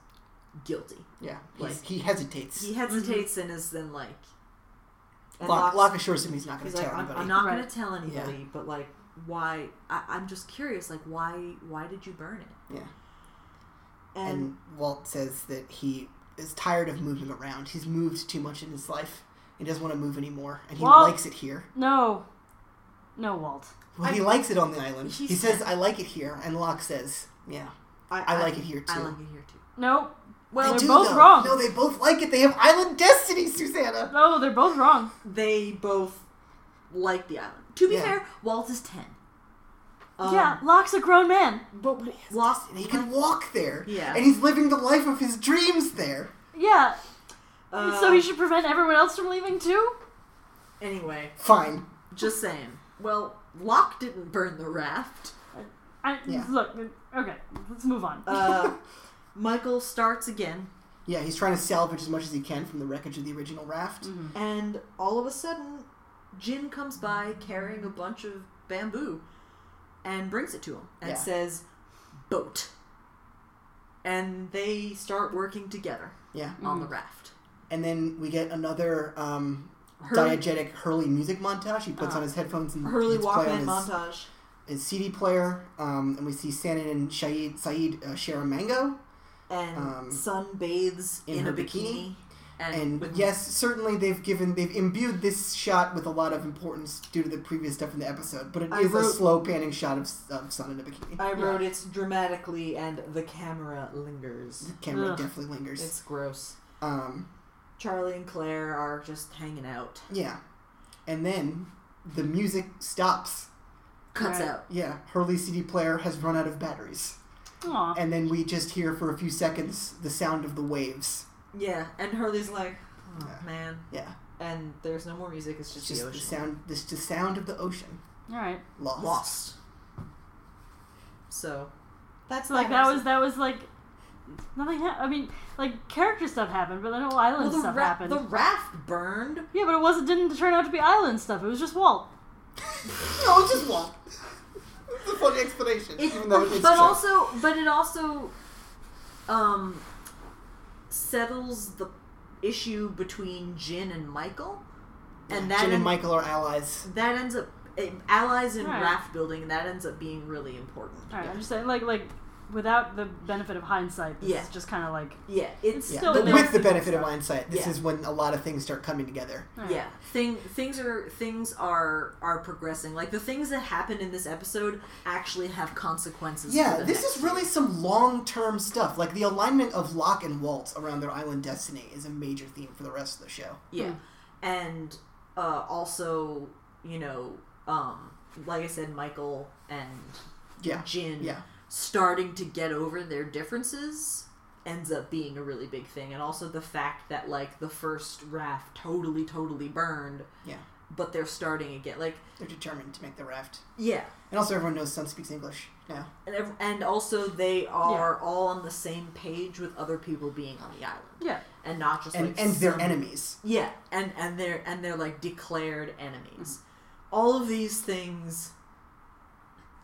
Speaker 2: guilty.
Speaker 3: Yeah,
Speaker 2: Like-
Speaker 3: he's, he hesitates.
Speaker 2: He hesitates
Speaker 1: mm-hmm.
Speaker 2: and is then like. and
Speaker 3: Locke,
Speaker 2: Locke's-
Speaker 3: Locke assures him he's not going
Speaker 2: he's
Speaker 3: to tell
Speaker 2: like, I'm,
Speaker 3: anybody.
Speaker 2: I'm not
Speaker 1: Right.
Speaker 2: going to tell anybody, but like, why? I, I'm just curious, like, why? Why did you burn it?
Speaker 3: Yeah.
Speaker 2: And,
Speaker 3: And Walt says that he is tired of moving around. He's moved too much in his life. He doesn't want to move anymore, and he
Speaker 1: Walt-
Speaker 3: likes it here.
Speaker 1: no, no, Walt.
Speaker 3: Well, he likes it on the island.
Speaker 2: He
Speaker 3: He says, "I like it here," and Locke says, "Yeah, I like it here
Speaker 2: I
Speaker 3: too."
Speaker 2: like it here too.
Speaker 1: No,
Speaker 3: They
Speaker 1: well,
Speaker 3: do,
Speaker 1: they're both
Speaker 3: though.
Speaker 1: wrong.
Speaker 3: No, they both like it. They have island destiny, Susanna.
Speaker 1: No, Oh, they're both wrong.
Speaker 2: They both like the island. To be
Speaker 3: Yeah.
Speaker 2: fair, Walt is ten. Um,
Speaker 1: yeah, Locke's a grown man.
Speaker 2: but Locke,
Speaker 3: And he can walk there.
Speaker 2: Yeah.
Speaker 3: And he's living the life of his dreams there.
Speaker 1: Yeah,
Speaker 2: uh,
Speaker 1: so he should prevent everyone else from leaving too.
Speaker 2: Anyway,
Speaker 3: Fine.
Speaker 2: just saying. Well, Locke didn't burn the raft.
Speaker 1: I,
Speaker 3: Yeah.
Speaker 1: Look, okay, let's move on.
Speaker 2: Uh, Michael starts again,
Speaker 3: Yeah, he's trying to salvage as much as he can from the wreckage of the original raft.
Speaker 2: Mm-hmm. and all of a sudden, Jin comes by carrying a bunch of bamboo and brings it to him and
Speaker 3: Yeah.
Speaker 2: says, Boat. And they start working together
Speaker 3: Yeah.
Speaker 2: on the raft.
Speaker 3: And then we get another um,
Speaker 2: Hurley- Oh.
Speaker 3: diegetic Hurley music montage. He puts on his headphones and
Speaker 2: Hurley
Speaker 3: hits play
Speaker 2: Walkman
Speaker 3: on his,
Speaker 2: montage.
Speaker 3: his CD player. Um, and we see Shannon and Shaid, Saeed uh, share a mango.
Speaker 2: and
Speaker 3: Um,
Speaker 2: Sun bathes
Speaker 3: in
Speaker 2: in,
Speaker 3: her
Speaker 2: a bikini.
Speaker 4: and,
Speaker 3: And
Speaker 4: with
Speaker 3: yes, certainly they've given they've imbued this shot with a lot of importance due to the previous stuff in the episode, but it is
Speaker 2: I wrote-
Speaker 3: a slow panning shot of, of Sun in a bikini.
Speaker 2: I wrote it's dramatically, and the camera lingers.
Speaker 3: the camera
Speaker 1: Ugh.
Speaker 3: definitely lingers.
Speaker 2: It's gross.
Speaker 3: Um,
Speaker 2: Charlie and Claire are just hanging out.
Speaker 3: yeah, and then the music stops.
Speaker 2: Cuts
Speaker 1: Right.
Speaker 2: out.
Speaker 3: Yeah, Hurley CD player has run out of batteries,
Speaker 2: Oh.
Speaker 1: Aw.
Speaker 3: and then we just hear for a few seconds the sound of the waves.
Speaker 2: Yeah, and Hurley's like, oh,
Speaker 3: Yeah.
Speaker 2: man.
Speaker 3: Yeah,
Speaker 2: And there's no more music. It's just,
Speaker 3: it's just
Speaker 2: the
Speaker 3: the
Speaker 2: ocean.
Speaker 3: sound. This the sound of the ocean.
Speaker 1: All right.
Speaker 3: Lost.
Speaker 2: Lost. So, that's
Speaker 1: So like
Speaker 2: that
Speaker 1: that was that was like nothing. Ha- I mean, like character stuff happened, but then whole island
Speaker 2: Well, the,
Speaker 1: stuff
Speaker 2: ra-
Speaker 1: happened.
Speaker 2: the raft burned.
Speaker 1: Yeah, but it wasn't. Didn't turn out to be island stuff. It was just Walt.
Speaker 3: No, it's just Walt. It's a funny explanation,
Speaker 2: It-
Speaker 3: even though it's
Speaker 2: but
Speaker 3: just-
Speaker 2: also, but it also um, settles the issue between Jin and Michael, and that
Speaker 3: Jim and
Speaker 2: en-
Speaker 3: Michael are allies.
Speaker 2: that ends up eh, allies in
Speaker 1: Right.
Speaker 2: raft building, and that ends up being really important.
Speaker 1: All right. I'm just saying, like, like without the benefit of hindsight, this
Speaker 2: Yeah.
Speaker 1: is just kind of like
Speaker 2: Yeah, it's
Speaker 1: It's
Speaker 3: Yeah,
Speaker 1: still
Speaker 3: but
Speaker 1: makes
Speaker 3: with the
Speaker 1: sense.
Speaker 3: benefit of hindsight, this
Speaker 2: Yeah.
Speaker 3: is when a lot of things start coming together.
Speaker 1: all right.
Speaker 2: yeah thing things are things are are progressing. Like the things that happen in this episode actually have consequences.
Speaker 3: Yeah,
Speaker 2: for the
Speaker 3: this
Speaker 2: next
Speaker 3: is really some long term stuff. Like the alignment of Locke and Walt around their island destiny is a major theme for the rest of the show.
Speaker 2: Yeah.
Speaker 1: Hmm.
Speaker 2: And uh, also, you know, um, like I said, Michael and
Speaker 3: Yeah.
Speaker 2: Jin
Speaker 3: Yeah.
Speaker 2: starting to get over their differences ends up being a really big thing. And also the fact that, like, the first raft totally, totally burned.
Speaker 3: Yeah.
Speaker 2: But they're starting again. Like,
Speaker 3: They're determined to make the raft.
Speaker 2: yeah.
Speaker 3: And also, everyone knows Sun speaks English now.
Speaker 2: And, ev- and also, they are all on the same page with other people being on the island,
Speaker 1: Yeah.
Speaker 2: and not just
Speaker 3: And,
Speaker 2: like
Speaker 3: and they're
Speaker 2: some-
Speaker 3: enemies.
Speaker 2: Yeah, and and they're and they're like declared enemies. All of these things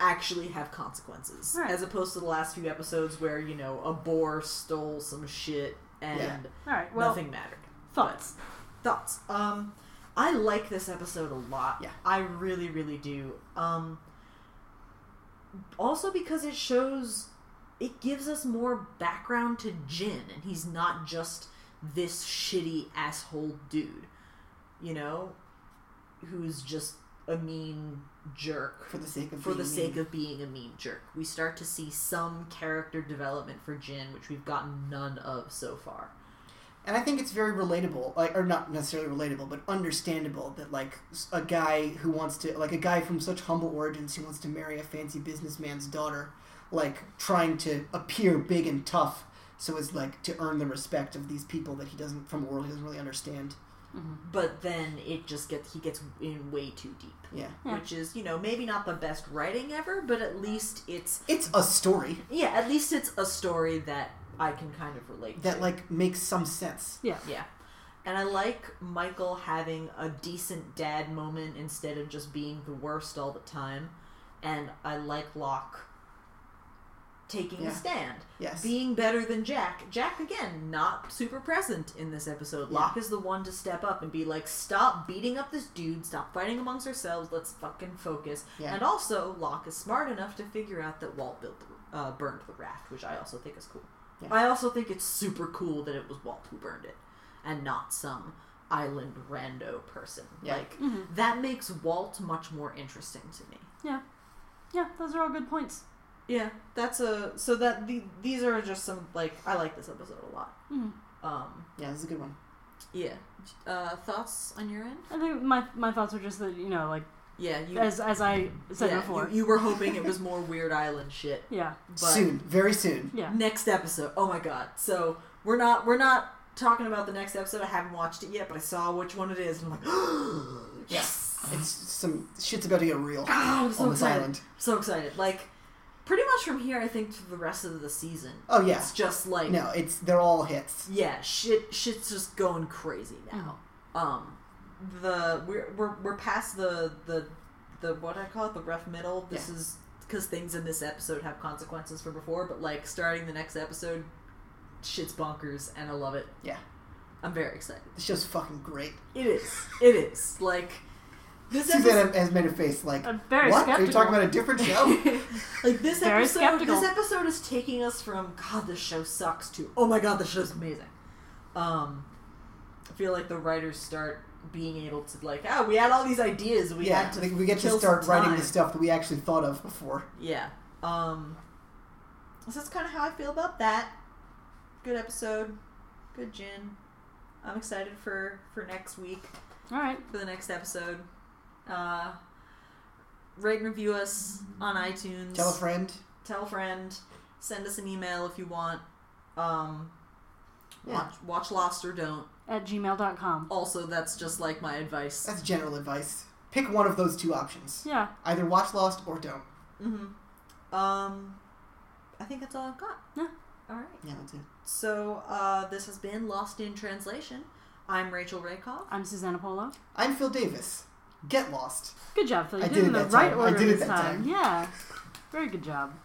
Speaker 2: actually have consequences,
Speaker 1: Right.
Speaker 2: as opposed to the last few episodes where you know a boar stole some shit and
Speaker 3: Yeah.
Speaker 1: All right. Well,
Speaker 2: nothing mattered.
Speaker 1: thoughts.
Speaker 2: Thoughts? Um, I like this episode a lot.
Speaker 3: Yeah.
Speaker 2: I really, really do. Um, also because it shows, it gives us more background to Jin, and he's not just this shitty asshole dude, you know, who's just a mean jerk
Speaker 3: For the sake of
Speaker 2: for the
Speaker 3: being
Speaker 2: sake
Speaker 3: mean.
Speaker 2: of being a mean jerk. We start to see some character development for Jin, which we've gotten none of so far.
Speaker 3: And I think it's very relatable, like, or not necessarily relatable, but understandable that like s- a guy who wants to, like a guy from such humble origins who wants to marry a fancy businessman's daughter, like trying to appear big and tough, so as like to earn the respect of these people that he doesn't from a world he doesn't really understand.
Speaker 2: but then it just gets he gets in way too deep
Speaker 3: Yeah,
Speaker 1: Yeah.
Speaker 2: which is you know maybe not the best writing ever but at least it's
Speaker 3: it's a story
Speaker 2: yeah at least it's a story that i can kind of relate
Speaker 3: that
Speaker 2: to.
Speaker 3: like makes some sense.
Speaker 1: Yeah.
Speaker 2: yeah and i like michael having a decent dad moment instead of just being the worst all the time and i like locke taking
Speaker 3: Yeah.
Speaker 2: a stand
Speaker 3: Yes,
Speaker 2: being better than Jack. Jack again, not super present in this episode.
Speaker 3: Yeah.
Speaker 2: Locke is the one to step up and be like, "Stop beating up this dude. Stop fighting amongst ourselves. Let's fucking focus."
Speaker 3: Yeah.
Speaker 2: And also, Locke is smart enough to figure out that Walt built the, uh, burned the raft, which I also think is cool.
Speaker 3: Yeah.
Speaker 2: I also think it's super cool that it was Walt who burned it, and not some island rando person.
Speaker 3: Yeah.
Speaker 2: Like
Speaker 1: Mhm.
Speaker 2: that makes Walt much more interesting to me.
Speaker 1: Yeah. Those are all good points.
Speaker 2: Yeah, that's a so that the, these are just some like I like this episode a lot.
Speaker 1: Mhm.
Speaker 2: Um,
Speaker 3: yeah, this is a good one.
Speaker 2: yeah. Uh, thoughts on your end?
Speaker 1: I think my my thoughts were just that you know like
Speaker 2: Yeah, you
Speaker 1: as as I said
Speaker 2: yeah,
Speaker 1: before.
Speaker 2: You, you were hoping it was more Weird Island shit,
Speaker 1: yeah.
Speaker 2: but
Speaker 3: soon, very soon.
Speaker 1: Yeah.
Speaker 2: next episode. Oh my god! So we're not we're not talking about the next episode. I haven't watched it yet, but I saw which one it is, and I'm like, yes,
Speaker 3: It's some shit's about to get real
Speaker 2: God, I'm so
Speaker 3: on this
Speaker 2: excited.
Speaker 3: island.
Speaker 2: So excited. Like, pretty much from here, I think to the rest of the season,
Speaker 3: Oh yeah,
Speaker 2: it's just like
Speaker 3: no, it's they're all hits.
Speaker 2: yeah, shit, shit's just going crazy now. Um, the we're we're we're past the the the what I call it the rough middle. This is because things in this episode have consequences from before, but like starting the next episode, shit's bonkers, and I love it.
Speaker 3: Yeah.
Speaker 2: I'm very excited.
Speaker 3: It's just fucking great.
Speaker 2: It is. It is like
Speaker 5: This episode,
Speaker 3: Suzanne has made a face like,
Speaker 1: I'm very
Speaker 3: what?
Speaker 1: skeptical.
Speaker 3: Are you talking about a different show?
Speaker 5: like this
Speaker 1: Very
Speaker 5: episode,
Speaker 1: skeptical.
Speaker 5: this episode is taking us from God, this show sucks to oh my God, this show's amazing.
Speaker 2: Um, I feel like the writers start being able to like, ah, we had all these ideas. We
Speaker 3: yeah,
Speaker 2: had to
Speaker 3: like, we get to
Speaker 2: kill
Speaker 3: start
Speaker 2: some
Speaker 3: writing
Speaker 2: time.
Speaker 3: the stuff that we actually thought of before.
Speaker 2: Yeah. Um. So that's kind of how I feel about that. Good episode. Good gin. I'm excited for for next week
Speaker 1: All right.
Speaker 2: for the next episode. Uh, rate and review us on iTunes.
Speaker 3: Tell a friend.
Speaker 2: Tell a friend. Send us an email if you want. Um,
Speaker 3: Yeah.
Speaker 2: watch watch Lost or don't.
Speaker 1: At gmail.com.
Speaker 2: Also, that's just like my advice.
Speaker 3: That's general advice. Pick one of those two options.
Speaker 1: Yeah.
Speaker 3: Either watch Lost or don't.
Speaker 2: Mm-hmm. Um, I think that's all I've got.
Speaker 1: Yeah.
Speaker 2: All right.
Speaker 3: Yeah, that's it.
Speaker 2: So uh, this has been Lost in Translation. I'm Rachel Rakoff.
Speaker 1: I'm Susanna Polo.
Speaker 3: I'm Phil Davis. Get lost.
Speaker 1: Good job, Phil. You
Speaker 3: I
Speaker 1: did,
Speaker 3: did
Speaker 1: it
Speaker 3: it
Speaker 1: in the
Speaker 3: that
Speaker 1: right
Speaker 3: time. I
Speaker 1: order
Speaker 3: did it
Speaker 1: this
Speaker 3: that
Speaker 1: time.
Speaker 3: time.
Speaker 1: Yeah. Very good job.